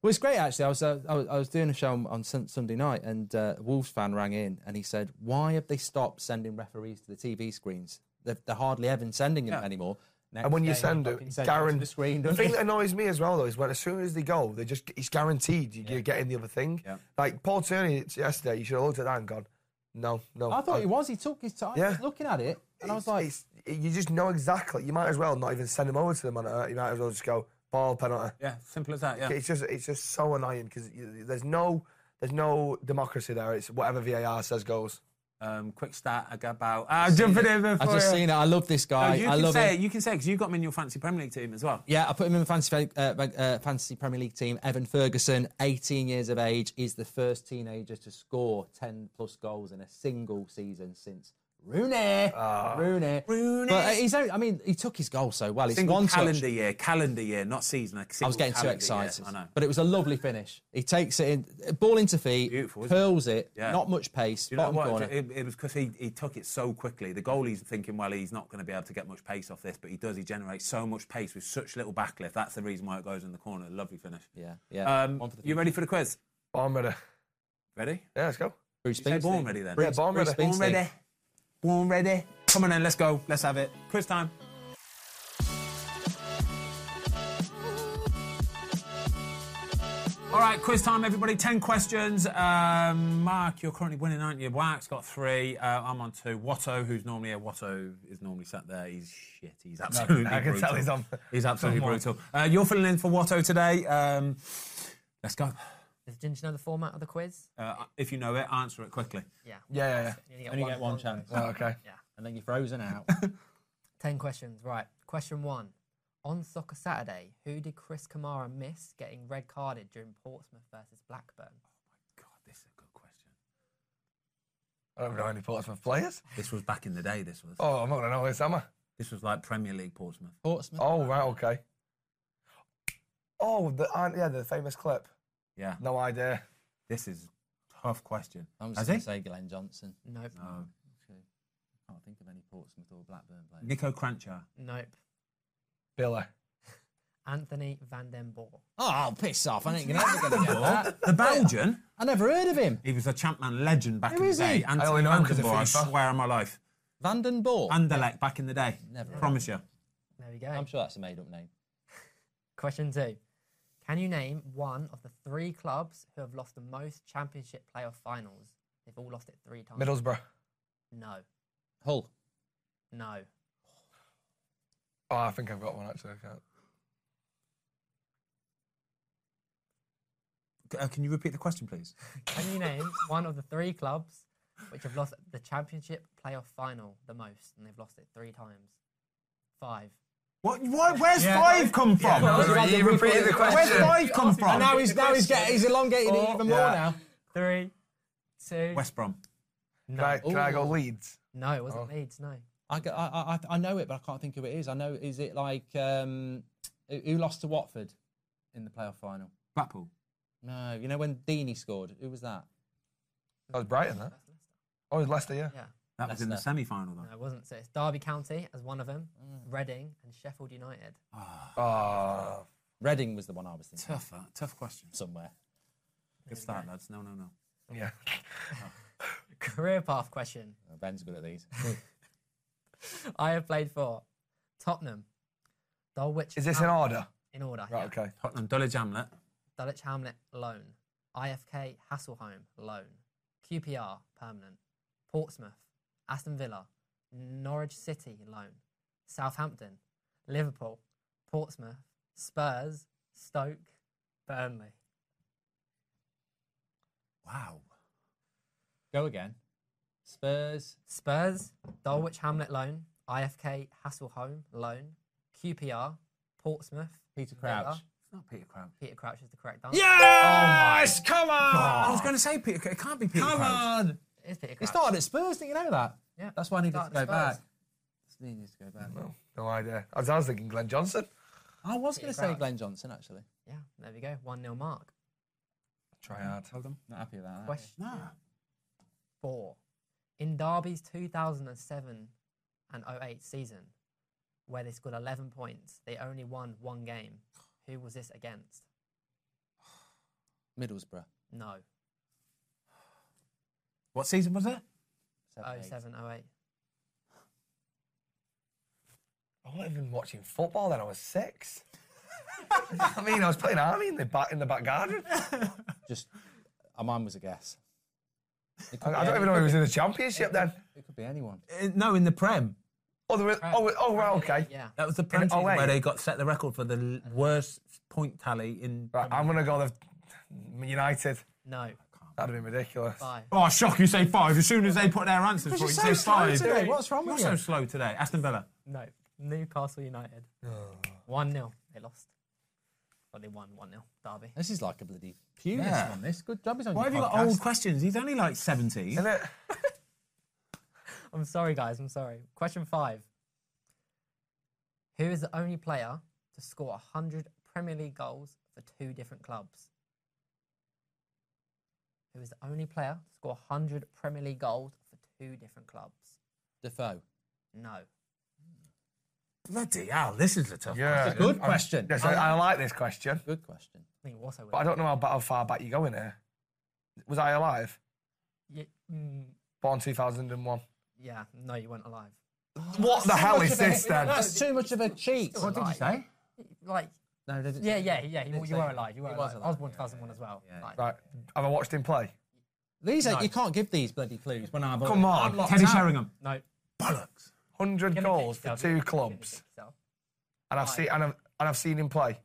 Speaker 3: Well, it's great actually. I was uh, I was, I was doing a show on, on Sun- Sunday night, and uh, a Wolves fan rang in and he said, "Why have they stopped sending referees to the TV screens? They're, they're hardly ever sending them
Speaker 1: Yeah.
Speaker 3: anymore." Next
Speaker 2: And when you
Speaker 3: day,
Speaker 2: send
Speaker 3: they
Speaker 2: it,
Speaker 3: fucking to
Speaker 2: guarantee
Speaker 3: the screen.
Speaker 2: The
Speaker 3: Don't
Speaker 2: thing
Speaker 3: they?
Speaker 2: that annoys me as well though is when as soon as they go, they just it's guaranteed you- you're getting the other thing.
Speaker 1: Yeah.
Speaker 2: Like Paul Tierney yesterday, you should have looked at that and gone, no, no.
Speaker 3: I thought he was. He took his time. I
Speaker 2: Yeah.
Speaker 3: was looking at it, and I was like,
Speaker 2: it's, you just know exactly. You might as well not even send him over to the monitor. You might as well just go ball penalty.
Speaker 1: Yeah, simple as that. Yeah.
Speaker 2: It's just it's just so annoying because there's no there's no democracy there. It's whatever VAR says goes.
Speaker 1: Um, quick stat about. I've jumped in
Speaker 3: "I
Speaker 1: before.
Speaker 3: just
Speaker 1: you.
Speaker 3: seen it. I love this
Speaker 1: No,
Speaker 3: guy.
Speaker 1: you
Speaker 3: I
Speaker 1: can
Speaker 3: love
Speaker 1: say
Speaker 3: him."
Speaker 1: it. You can say because you got him in your fancy Premier League team as well.
Speaker 3: Yeah, I put him in the fantasy, uh, uh, fantasy Premier League team. Evan Ferguson, 18 years of age, is the first teenager to score 10 plus goals in a single season since Rooney. Rooney.
Speaker 1: Ah. Rooney.
Speaker 3: But uh, he's only, I mean, he took his goal so well. It's
Speaker 1: Single
Speaker 3: one
Speaker 1: calendar
Speaker 3: touch.
Speaker 1: year, calendar year, not season. a
Speaker 3: I
Speaker 1: single
Speaker 3: was getting too
Speaker 1: calendar year.
Speaker 3: excited.
Speaker 1: I know.
Speaker 3: But it was a lovely finish. He takes it in, ball into feet,
Speaker 1: Beautiful, isn't it?
Speaker 3: curls it,
Speaker 1: Yeah.
Speaker 3: not much pace,
Speaker 1: Do you know
Speaker 3: bottom
Speaker 1: what?
Speaker 3: corner.
Speaker 1: It, it was because he, he took it so quickly. The goalie's thinking, well, he's not going to be able to get much pace off this, but he does. He generates so much pace with such little backlift. That's the reason why it goes in the corner. Lovely finish.
Speaker 3: yeah, yeah.
Speaker 1: Um,
Speaker 3: One for the
Speaker 1: you
Speaker 3: future.
Speaker 1: ready for the quiz?
Speaker 2: Bomb ready.
Speaker 1: Ready?
Speaker 2: Yeah, let's go.
Speaker 3: Bruce
Speaker 1: Say
Speaker 3: Springsteen.
Speaker 1: born ready then.
Speaker 3: Bruce-
Speaker 2: Yeah, born
Speaker 3: Bruce
Speaker 2: ready. Born
Speaker 3: Springsteen.
Speaker 1: ready. Born ready. Come on then, let's go. Let's have it. Quiz time. All right, quiz time, everybody. Ten questions. Um, Mark, you're currently winning, aren't you? Wax got three. Uh, I'm on two. Watto, who's normally a Watto, is normally sat there. He's shit. He's absolutely.
Speaker 2: I can
Speaker 1: brutal.
Speaker 2: tell he's on-
Speaker 1: He's absolutely
Speaker 2: Someone.
Speaker 1: brutal. Uh, you're filling in for Watto today. Um, let's go.
Speaker 4: Didn't you know the format of the quiz?
Speaker 1: Uh, if you know it, answer it quickly.
Speaker 4: Yeah.
Speaker 2: Yeah, yeah, yeah.
Speaker 4: You only get,
Speaker 3: Only get one chance.
Speaker 2: Oh, okay.
Speaker 3: And then you're frozen out.
Speaker 4: Ten questions. Right. Question one. On Soccer Saturday, who did Chris Kamara miss getting red carded during Portsmouth versus Blackburn?
Speaker 1: God, this is a good question.
Speaker 2: I don't know any Portsmouth players.
Speaker 1: This was back in the day. This was.
Speaker 2: Oh, I'm not gonna know this, am I?
Speaker 1: This was like Premier League Portsmouth.
Speaker 3: Portsmouth.
Speaker 2: Oh, right, okay. Oh, the uh, yeah, the famous clip.
Speaker 1: Yeah.
Speaker 2: No idea.
Speaker 1: This is tough question.
Speaker 3: I'm
Speaker 1: Has
Speaker 3: just going
Speaker 1: he?
Speaker 3: to say Glenn Johnson.
Speaker 4: Nope.
Speaker 1: No.
Speaker 3: can't think of any Portsmouth or Blackburn players.
Speaker 1: Nico Crancher.
Speaker 4: Nope.
Speaker 2: Billy.
Speaker 4: Anthony Van Den Boer.
Speaker 3: Oh, piss off. I ain't gonna ever gonna get that.
Speaker 1: The Belgian.
Speaker 3: I never heard of him.
Speaker 1: He was a champman legend back
Speaker 3: Who
Speaker 1: in the
Speaker 3: is he? Oh,
Speaker 1: day.
Speaker 3: I
Speaker 1: Anthony
Speaker 2: only know him 'cause of
Speaker 1: Vandenborre, I
Speaker 2: FIFA.
Speaker 1: swear on my life.
Speaker 3: Vanden Boer.
Speaker 1: Anderlecht back in the day.
Speaker 3: Never.
Speaker 1: Promise you.
Speaker 4: There we go.
Speaker 3: I'm sure that's a made up name.
Speaker 4: Question two. Can you name one of the three clubs who have lost the most championship playoff finals? They've all lost it three times.
Speaker 2: Middlesbrough.
Speaker 4: No.
Speaker 3: Hull.
Speaker 4: No.
Speaker 2: Oh, I think I've got one actually. I can't.
Speaker 1: C- uh, can you repeat the question, please?
Speaker 4: Can you name one of the three clubs which have lost the championship playoff final the most, and they've lost it three times? Five.
Speaker 1: What? what where's five come from?
Speaker 3: no, no, you repeated the
Speaker 1: Where's five come from? Oh,
Speaker 3: And now he's now he's getting he's elongated it
Speaker 4: Four.
Speaker 3: even more
Speaker 2: Yeah.
Speaker 3: now.
Speaker 4: Three, two.
Speaker 1: West Brom.
Speaker 2: Can, I, can I go Leeds?
Speaker 4: No, it
Speaker 2: Oh.
Speaker 4: wasn't Leeds. No.
Speaker 3: I, go- I, I I know it, but I can't think who it is. I know is it like um, who who lost to Watford in the playoff final?
Speaker 1: Blackpool.
Speaker 3: No, you know when Deeney scored. Who was that?
Speaker 2: That was Brighton, that. Oh, it was Leicester, yeah.
Speaker 4: Yeah.
Speaker 1: That was in the
Speaker 3: Leicester.
Speaker 1: semi final,
Speaker 4: No,
Speaker 1: though.
Speaker 4: it wasn't. So it's Derby County as one of them, Reading, and Sheffield United.
Speaker 2: Oh,
Speaker 3: Reading was the one I was thinking.
Speaker 1: Tough, uh, tough question.
Speaker 3: Somewhere.
Speaker 1: Good start, lads. No, no, no.
Speaker 2: yeah.
Speaker 4: Career path question.
Speaker 3: Oh, Ben's good at these.
Speaker 4: I have played for Tottenham, Dulwich.
Speaker 2: Is this in
Speaker 4: Ham-
Speaker 2: order?
Speaker 4: In order.
Speaker 2: Right,
Speaker 4: yeah.
Speaker 2: okay.
Speaker 1: Tottenham, Dulwich Hamlet.
Speaker 4: Dulwich Hamlet loan, IFK Hasselholm loan, QPR permanent, Portsmouth, Aston Villa, Norwich City loan, Southampton, Liverpool, Portsmouth, Spurs, Stoke, Burnley.
Speaker 1: Wow.
Speaker 3: Go again. Spurs.
Speaker 4: Spurs, Dulwich Hamlet loan, IFK Hasselholm loan, QPR, Portsmouth,
Speaker 3: Peter Crouch.
Speaker 4: Villa.
Speaker 1: It's not Peter Crouch.
Speaker 4: Peter Crouch is the correct answer.
Speaker 3: Yes! Come on!
Speaker 2: Oh,
Speaker 1: I was going to say Peter. It can't be Peter
Speaker 3: Oh. Come
Speaker 1: Crouch.
Speaker 3: on!
Speaker 4: It is Peter Crouch.
Speaker 3: It started at Spurs, didn't you know that?
Speaker 4: Yeah,
Speaker 3: That's why I needed to
Speaker 4: started
Speaker 3: go
Speaker 4: at
Speaker 3: back.
Speaker 4: Spurs.
Speaker 3: That's why I needed to go back.
Speaker 2: No idea. I was, I was thinking Glenn Johnson.
Speaker 3: I was going to say
Speaker 4: Crouch.
Speaker 3: Glenn Johnson, actually.
Speaker 4: Yeah, there we go. 1 0 mark.
Speaker 2: Try hard.
Speaker 3: Hold on. Not happy about that.
Speaker 4: Question four. In Derby's 2007 and 08 season, where they scored 11 points, they only won one game. Who was this against?
Speaker 3: Middlesbrough.
Speaker 4: No.
Speaker 1: What season was that?
Speaker 3: 7-8.
Speaker 4: 07 08.
Speaker 2: I wasn't even watching football then. I was six. I mean, I was playing army in the back in the back garden.
Speaker 3: Just, uh, mine was a guess. It
Speaker 2: I,
Speaker 3: could
Speaker 2: I
Speaker 3: be
Speaker 2: don't
Speaker 3: any-
Speaker 2: even know he was in the championship then.
Speaker 3: It could be anyone.
Speaker 1: Uh, no, in the Prem.
Speaker 2: Oh, there was, oh, oh, right, okay.
Speaker 4: Yeah.
Speaker 1: That was the Prem season
Speaker 2: 08.
Speaker 1: where they got set the record for the l- worst point tally in.
Speaker 2: Right, I'm gonna go the United.
Speaker 4: No.
Speaker 2: That'd have been ridiculous.
Speaker 4: Five.
Speaker 1: Oh, shock! You say five as soon as they put their answers
Speaker 3: Because
Speaker 1: for it.
Speaker 3: you're
Speaker 1: you say
Speaker 3: so slow
Speaker 1: five.
Speaker 3: today. What's wrong with
Speaker 1: You're
Speaker 3: you?
Speaker 1: so slow today. Aston Villa.
Speaker 4: No. Newcastle United. 1 0. They lost. Well, they won 1 0. Derby.
Speaker 3: This is like a bloody punis
Speaker 1: Yeah.
Speaker 3: on this. Good job he's on
Speaker 1: Why
Speaker 3: your
Speaker 1: have you got
Speaker 3: podcast.
Speaker 1: old questions? He's only like seventy.
Speaker 2: Isn't it?
Speaker 4: I'm sorry, guys. I'm sorry. Question five. Who is the only player to score 100 Premier League goals for two different clubs? Who is the only player to score 100 Premier League goals for two different clubs?
Speaker 3: Defoe.
Speaker 4: No.
Speaker 1: Bloody hell! This is a tough.
Speaker 2: Yeah.
Speaker 3: a good question.
Speaker 2: Yes, I, I like this question,
Speaker 3: Good question.
Speaker 4: I think also.
Speaker 2: but I don't know how, ba- how far back you go in here. Was I alive?
Speaker 4: Yeah, mm,
Speaker 2: Born 2001.
Speaker 4: yeah, no, you weren't alive.
Speaker 2: What the hell is this then?
Speaker 3: That's too much of a cheat.
Speaker 4: What did you say? Like,
Speaker 3: No, they didn't
Speaker 4: yeah,
Speaker 3: say-
Speaker 4: yeah, yeah.
Speaker 3: they
Speaker 4: You,
Speaker 3: didn't
Speaker 4: you
Speaker 3: say-
Speaker 4: were alive. You were
Speaker 3: He was
Speaker 4: alive. I was
Speaker 3: alive.
Speaker 4: born 2001 as well.
Speaker 3: yeah,
Speaker 4: Like,
Speaker 2: Right, have I watched him play?
Speaker 3: These are,
Speaker 4: No.
Speaker 3: you can't give these bloody clues when I've
Speaker 2: Come on.
Speaker 3: I've locked
Speaker 1: Teddy
Speaker 3: out.
Speaker 1: Sheringham.
Speaker 4: No.
Speaker 2: 100
Speaker 4: You're gonna
Speaker 2: goals
Speaker 4: kick
Speaker 2: for
Speaker 4: yourself,
Speaker 2: two
Speaker 4: you're gonna
Speaker 2: clubs,
Speaker 4: kick yourself.
Speaker 2: and I've seen and I've, and I've seen him play.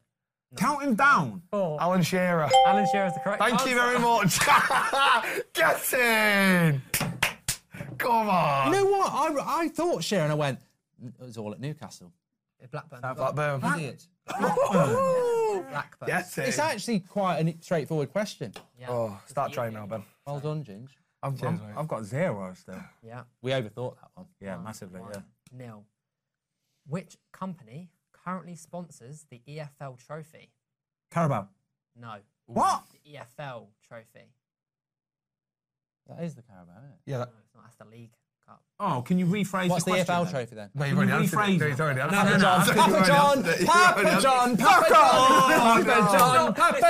Speaker 1: Count him down.
Speaker 4: Four.
Speaker 2: Alan Shearer.
Speaker 4: Alan Shearer is the correct
Speaker 2: Thank you very much. Get in. Come on.
Speaker 3: You know what? I, I thought Sharon, I went, "N- it was all at Newcastle.
Speaker 4: Blackburn.
Speaker 2: Blackburn.
Speaker 3: Idiot.
Speaker 2: Woo!
Speaker 4: Blackburn.
Speaker 2: Get in.
Speaker 3: It's actually quite a straightforward question.
Speaker 4: Yeah.
Speaker 2: Oh, start trying now, Ben.
Speaker 3: Well done, Ginge.
Speaker 1: I've,
Speaker 2: Cheers, mate.
Speaker 1: I've got zero still.
Speaker 4: Yeah.
Speaker 3: We overthought that one.
Speaker 1: Yeah, massively. Yeah.
Speaker 4: Nil. Which company currently sponsors the EFL Trophy?
Speaker 1: Carabao.
Speaker 4: No.
Speaker 1: What?
Speaker 4: The EFL Trophy.
Speaker 3: That is the Carabao, isn't it?
Speaker 2: Yeah.
Speaker 4: No,
Speaker 2: That,
Speaker 4: it's not. That's the League Cup.
Speaker 1: Oh, can you rephrase
Speaker 3: What's the
Speaker 1: the question?
Speaker 3: EFL
Speaker 1: then?
Speaker 3: trophy then?
Speaker 2: no, you've
Speaker 1: Can you
Speaker 2: already answered
Speaker 1: rephrase
Speaker 2: it. No,
Speaker 1: it?
Speaker 2: you've already answered
Speaker 1: No,
Speaker 2: it.
Speaker 1: no, no.
Speaker 2: You've
Speaker 3: Papa
Speaker 2: already
Speaker 3: John,
Speaker 2: answered it. You've
Speaker 3: Papa
Speaker 2: already answered it.
Speaker 3: John, Papa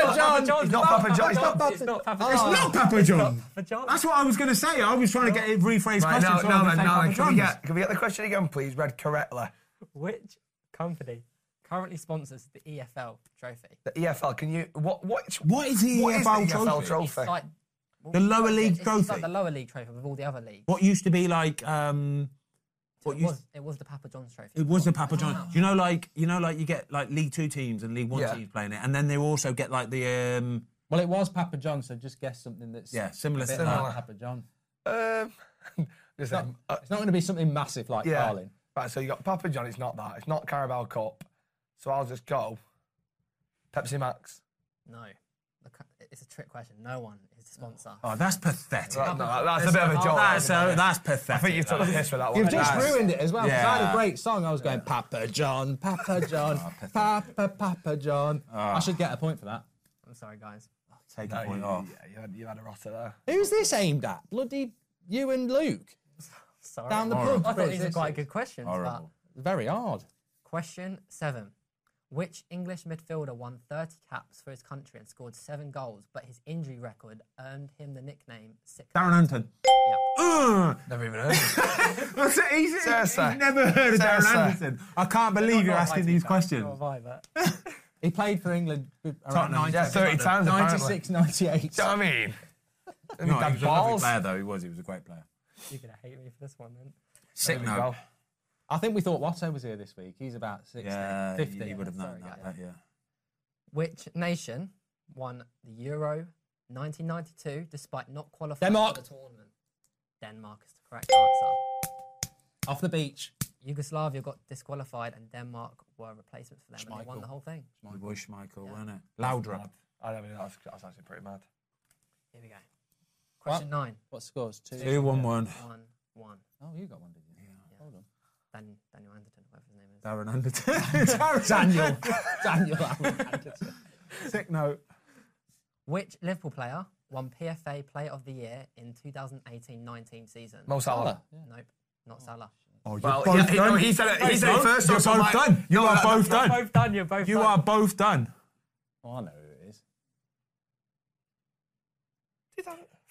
Speaker 3: John, Papa John, Oh, Papa John.
Speaker 2: It's not Papa John. It's not Papa John.
Speaker 4: Papa
Speaker 3: Oh, it's
Speaker 4: John.
Speaker 1: It's not Papa John.
Speaker 4: Papa John.
Speaker 1: That's what I was going to say. I was trying to get it rephrased
Speaker 2: Right,
Speaker 1: question.
Speaker 2: now,
Speaker 1: so I
Speaker 2: now
Speaker 1: would
Speaker 2: then,
Speaker 1: say
Speaker 2: now then,
Speaker 1: Papa
Speaker 2: can we,
Speaker 1: John's.
Speaker 2: get, can we get the question again, please? Read correctly.
Speaker 4: Which company currently sponsors the EFL Trophy?
Speaker 2: The EFL, can you. What, what,
Speaker 1: What is the
Speaker 2: what is
Speaker 1: EFL
Speaker 2: the EFL
Speaker 1: trophy?
Speaker 2: trophy?
Speaker 4: It's like
Speaker 1: The lower league
Speaker 4: it's, It's like
Speaker 1: trophy.
Speaker 4: the lower league trophy with all the other leagues.
Speaker 1: What used to be like um, what
Speaker 4: it,
Speaker 1: you-
Speaker 4: was, it was the Papa John's trophy.
Speaker 1: It was the Papa John. You know, like you know, like you get like League Two teams and League One
Speaker 2: Yeah.
Speaker 1: teams playing it, and then they also get like the um,
Speaker 3: Well, it was Papa John, so just guess something that's
Speaker 1: Yeah, similar
Speaker 3: a bit
Speaker 1: to
Speaker 3: like
Speaker 2: that.
Speaker 3: Papa John.
Speaker 2: Um, just
Speaker 3: It's not,
Speaker 2: saying, uh,
Speaker 3: it's not going to be something massive like
Speaker 2: yeah.
Speaker 3: Carlin.
Speaker 2: Right, so you got Papa John, it's not that. It's not Carabao Cup. So I'll just go. Pepsi Max.
Speaker 4: No. The co- It's a trick question. No one is the sponsor.
Speaker 1: oh, that's pathetic.
Speaker 2: Right, no, that's a bit of a joke.
Speaker 1: That's so that's pathetic.
Speaker 2: I think you've took the piss for that one.
Speaker 3: You've just
Speaker 2: Nice.
Speaker 3: ruined it as well. 'cause I had
Speaker 1: Yeah.
Speaker 3: a great song. I was going Papa John, Papa John, Papa Papa John. I should get a point for that.
Speaker 4: I'm sorry, guys.
Speaker 1: Take a
Speaker 2: No,
Speaker 1: point
Speaker 2: you-
Speaker 1: off.
Speaker 2: Yeah, you had, you had a rotter there.
Speaker 3: Who's this aimed at? Bloody you and Luke
Speaker 4: Sorry.
Speaker 3: down the pub.
Speaker 4: I thought these
Speaker 3: This
Speaker 4: were quite
Speaker 3: is
Speaker 4: good questions. But
Speaker 1: Horrible.
Speaker 3: Very hard.
Speaker 4: question seven. Which English midfielder won 30 caps for his country and scored seven goals, but his injury record earned him the nickname Sick?
Speaker 1: Darren Anton. Ugh.
Speaker 2: Never even heard of it.
Speaker 1: That's it, he's, he's
Speaker 2: Seriously.
Speaker 1: never heard of Darren
Speaker 2: Seriously.
Speaker 1: Anderson. I can't believe you're asking these questions.
Speaker 3: He played for England around
Speaker 1: Tottenham,
Speaker 3: 90
Speaker 2: yeah, 30 times apparently.
Speaker 3: 96, 98.
Speaker 2: Do you know what I mean? I mean,
Speaker 1: No,
Speaker 2: bad
Speaker 1: he was a lovely
Speaker 2: balls.
Speaker 1: player though. He was. He was a great player.
Speaker 4: You're going to hate me for this one then.
Speaker 1: Sick
Speaker 2: There we go.
Speaker 1: no.
Speaker 3: I think we thought Watto was here this week. He's about 60,
Speaker 1: Yeah,
Speaker 3: 50.
Speaker 1: he would have known
Speaker 4: Sorry,
Speaker 1: that.
Speaker 4: guys.
Speaker 1: but yeah.
Speaker 4: Which nation won the Euro 1992 despite not qualifying
Speaker 3: Denmark.
Speaker 4: for the tournament? Denmark is the correct correct answer.
Speaker 3: Off the beach.
Speaker 4: Yugoslavia got disqualified and Denmark were replacements for them and they won
Speaker 1: Schmeichel.
Speaker 4: the whole thing.
Speaker 1: It was Schmeichel, wasn't it? Laudrup.
Speaker 2: I mean, that's, that's actually pretty mad.
Speaker 4: Here we go. Question nine.
Speaker 3: What scores? Two.
Speaker 1: Two one one.
Speaker 4: One, one.
Speaker 3: Oh, you got one, did you? Yeah. Hold on.
Speaker 4: Dan, Daniel Anderton, whatever his name is.
Speaker 1: Darren Anderton. Darren Daniel.
Speaker 3: Daniel Allen Anderson.
Speaker 1: Sick note.
Speaker 4: Which Liverpool player won PFA Player of the Year in 2018-19 season?
Speaker 2: Mo Salah.
Speaker 3: Salah.
Speaker 4: Nope, not Salah.
Speaker 1: Oh, you're
Speaker 5: Well, yeah, he- no, he said it- he
Speaker 1: Wait,
Speaker 5: said it
Speaker 1: no,
Speaker 5: first,
Speaker 1: You're
Speaker 5: so I'm
Speaker 1: both
Speaker 5: like-
Speaker 1: done. You
Speaker 5: No,
Speaker 1: are
Speaker 5: no,
Speaker 1: both
Speaker 5: no,
Speaker 1: done.
Speaker 4: Both done. You're both.
Speaker 1: You
Speaker 4: done.
Speaker 1: are both done.
Speaker 3: Oh, I know who it is.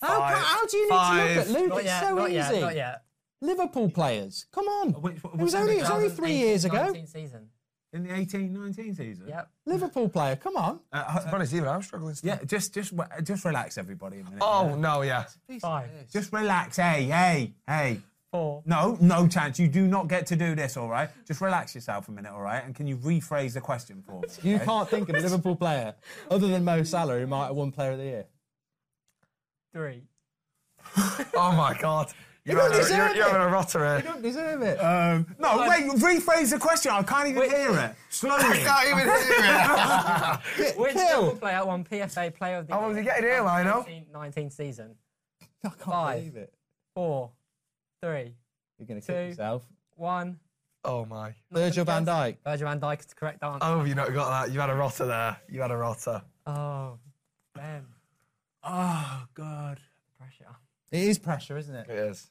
Speaker 3: How,
Speaker 2: Five.
Speaker 3: ca- how do you need to look
Speaker 2: Five.
Speaker 3: at Luke?
Speaker 4: Not
Speaker 3: It's
Speaker 4: yet.
Speaker 3: so
Speaker 4: not
Speaker 3: easy.
Speaker 4: yet. Not yet.
Speaker 3: Liverpool players. Come on.
Speaker 1: Which- what-
Speaker 3: it was
Speaker 1: what-
Speaker 3: only, it was only three years ago.
Speaker 4: 2018-19 Season.
Speaker 1: In the 18 19 season?
Speaker 4: Yep.
Speaker 3: Liverpool player. Come on.
Speaker 1: Uh, uh,
Speaker 2: To be honest, even I'm struggling. Still.
Speaker 1: yeah, just, just, wa- just relax, everybody. A minute.
Speaker 2: Oh no, yeah.
Speaker 4: Five.
Speaker 1: Just relax. Hey, hey, hey.
Speaker 4: Four.
Speaker 1: No, no chance. You do not get to do this, all right? Just relax yourself a minute, all right? And can you rephrase the question for me?
Speaker 3: You can't think of a Liverpool player other than Mo Salah who might have won Player of the Year.
Speaker 4: Three.
Speaker 2: Oh my god. You're,
Speaker 3: don't
Speaker 2: having a,
Speaker 3: deserve
Speaker 2: you're, you're
Speaker 3: it.
Speaker 2: having a rotter
Speaker 3: You
Speaker 2: here.
Speaker 3: don't deserve it.
Speaker 1: Um, no, wait, rephrase the question. I can't even hear it. Slowly.
Speaker 2: I can't even hear it.
Speaker 4: Which
Speaker 3: Kill.
Speaker 4: Liverpool player won PFA Player of the
Speaker 2: How
Speaker 4: Year?
Speaker 2: long did he get in here, Lionel?
Speaker 4: 19 season.
Speaker 3: I can't
Speaker 4: Five.
Speaker 3: believe it.
Speaker 4: Four. Three.
Speaker 3: You're going to
Speaker 4: Two.
Speaker 3: kick yourself.
Speaker 4: One.
Speaker 2: Oh my.
Speaker 3: Virgil van Dijk.
Speaker 4: Virgil van Dijk is the correct answer.
Speaker 2: Oh, you not got that. You had a rotter there. You had a rotter.
Speaker 3: Uh,
Speaker 4: Oh, damn.
Speaker 1: Oh, God.
Speaker 4: Pressure.
Speaker 3: It is pressure, isn't it?
Speaker 2: is.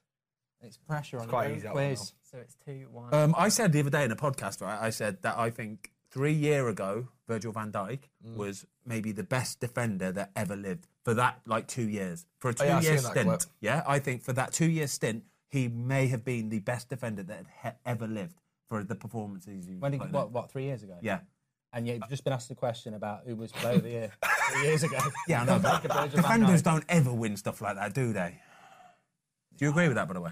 Speaker 3: It's pressure on
Speaker 2: quite
Speaker 3: the
Speaker 2: easy, that one,
Speaker 3: quiz.
Speaker 4: So it's 2 1.
Speaker 1: Um, I said the other day in a podcast, right? I said that I think three year ago, Virgil van Dijk was maybe the best defender that ever lived for that like two years for a two
Speaker 2: Oh, yeah, I've
Speaker 1: year
Speaker 2: seen that clip.
Speaker 1: stint. Yeah, I think for that two year stint, he may have been the best defender that had he- ever lived for the performances he was
Speaker 3: When did,
Speaker 1: putting in.
Speaker 3: what, what, three years ago?
Speaker 1: Yeah,
Speaker 3: And yet you've just been asked a question about who was player of the year three years ago.
Speaker 1: yeah, I know.
Speaker 3: Back
Speaker 1: But
Speaker 3: to Virgil van
Speaker 1: defenders
Speaker 3: Dijk.
Speaker 1: don't ever win stuff like that, do they? Do you agree with that, by the way?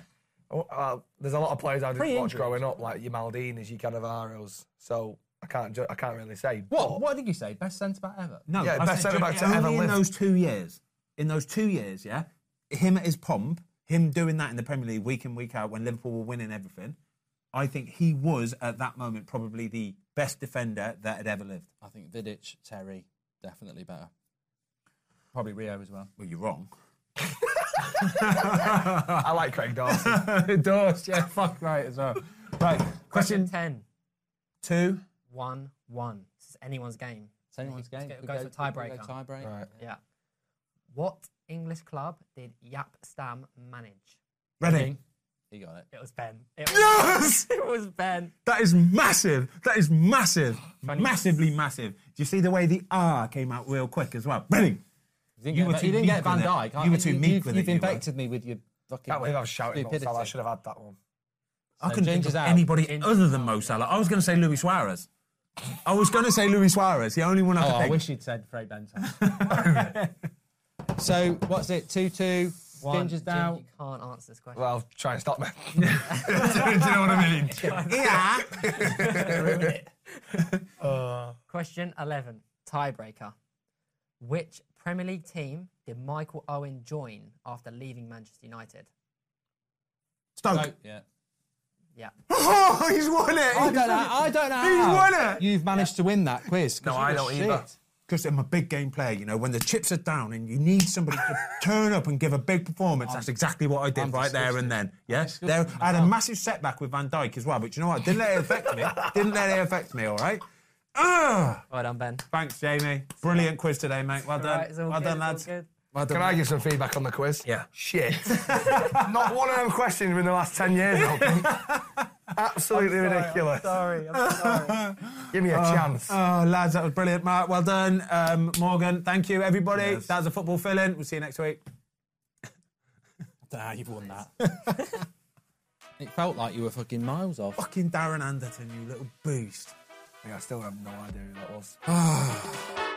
Speaker 2: Oh, uh, there's a lot of players I didn't watch
Speaker 3: Pre-injuries.
Speaker 2: growing up, like your Maldinas, your Cannavaros. So I can't, ju- I can't really say.
Speaker 3: What? What did you say? Best centre back ever?
Speaker 1: No,
Speaker 2: Yeah,
Speaker 1: I
Speaker 2: best
Speaker 1: said
Speaker 2: centre-back to
Speaker 1: only
Speaker 2: ever
Speaker 1: in
Speaker 2: live.
Speaker 1: those two years. In those two years, yeah, him at his pomp, him doing that in the Premier League week in week out when Liverpool were winning everything. I think he was at that moment probably the best defender that had ever lived.
Speaker 3: I think Vidic, Terry, definitely better. Probably Rio as well.
Speaker 1: Well, you're wrong.
Speaker 2: I like Craig Dawson.
Speaker 1: it does, yeah. Fuck right as well. Right, question
Speaker 4: Question 10.
Speaker 1: two.
Speaker 4: 1 1. This is anyone's game.
Speaker 3: It's anyone's
Speaker 4: Let's
Speaker 3: game.
Speaker 4: go-
Speaker 3: Could
Speaker 4: go for
Speaker 3: could we
Speaker 4: tiebreaker.
Speaker 3: Go tiebreak.
Speaker 2: Right.
Speaker 4: Yeah. What English club did Yap Stam manage?
Speaker 1: Ready?
Speaker 3: He got it.
Speaker 4: It was Ben. It was,
Speaker 1: Yes!
Speaker 4: it was Ben.
Speaker 1: That is massive. That is massive. Massively massive. Do you see the way the R came out real quick as well? Ready?
Speaker 3: didn't
Speaker 1: You
Speaker 3: get
Speaker 1: were
Speaker 3: Van-
Speaker 1: too
Speaker 3: you didn't
Speaker 1: meek
Speaker 3: get
Speaker 1: with
Speaker 3: Van
Speaker 1: it.
Speaker 3: Dijk. I-
Speaker 1: You were too meek
Speaker 3: you've-
Speaker 1: with it,
Speaker 3: You've
Speaker 1: you were.
Speaker 3: infected me with your fucking.
Speaker 2: Can't believe I was shouting Mo
Speaker 3: stupidity.
Speaker 2: Salah. I should have had that one.
Speaker 1: I
Speaker 3: So
Speaker 1: couldn't
Speaker 3: James
Speaker 1: think of
Speaker 3: is out.
Speaker 1: anybody other than Mo Salah. I was going to say Luis Suarez. I was going to say Luis Suarez, the only one I
Speaker 3: Oh,
Speaker 1: could
Speaker 3: I
Speaker 1: think.
Speaker 3: wish you'd said Fred Benton. so what's it? Two two.
Speaker 4: One.
Speaker 3: Ginger's
Speaker 4: Jim,
Speaker 3: down.
Speaker 4: You can't answer this question.
Speaker 2: Well, try and stop me. do, you know what I mean?
Speaker 1: Yeah.
Speaker 4: Question 11. Tiebreaker. Which Premier League team did Michael Owen join after leaving Manchester United?
Speaker 1: Stoke.
Speaker 3: Stoke, Yeah.
Speaker 4: Yeah.
Speaker 1: Oh, he's won it.
Speaker 3: I don't know. I don't know.
Speaker 1: He's
Speaker 3: how
Speaker 1: won it.
Speaker 3: You've managed to win that quiz. 'cause
Speaker 2: No,
Speaker 3: you
Speaker 2: I
Speaker 3: were
Speaker 2: don't
Speaker 3: shit.
Speaker 2: either.
Speaker 1: Because I'm a big game player, you know. When the chips are down and you need somebody to turn up and give a big performance, that's exactly what I did
Speaker 3: I'm
Speaker 1: right there
Speaker 3: disgusted.
Speaker 1: and then. Yeah,
Speaker 3: disgusted
Speaker 1: there,
Speaker 3: with
Speaker 1: I had a
Speaker 3: myself.
Speaker 1: massive setback with Van Dijk as well, but you know what? Didn't let it affect me. Didn't let it affect me. All right. Ugh.
Speaker 4: Well done, Ben.
Speaker 1: Thanks, Jamie. Brilliant quiz today, mate. Well done.
Speaker 4: All right, it's all
Speaker 1: well
Speaker 4: good,
Speaker 1: done,
Speaker 4: it's all
Speaker 1: lads.
Speaker 4: good.
Speaker 1: Well done.
Speaker 2: Can I give some feedback on the quiz?
Speaker 1: Yeah.
Speaker 2: Shit. Not one of them questions in the last 10 years. I think. Absolutely ridiculous.
Speaker 4: Sorry, I'm sorry.
Speaker 2: Give me a chance.
Speaker 1: Oh, lads, that was brilliant, Mark. Well done, um, Morgan. Thank you, everybody. That was a football fill-in. We'll see you next week.
Speaker 3: Ah, you've won that. it felt like you were fucking miles off.
Speaker 1: Fucking Darren Anderton, you little beast.
Speaker 2: Yeah, I still have no idea who that was.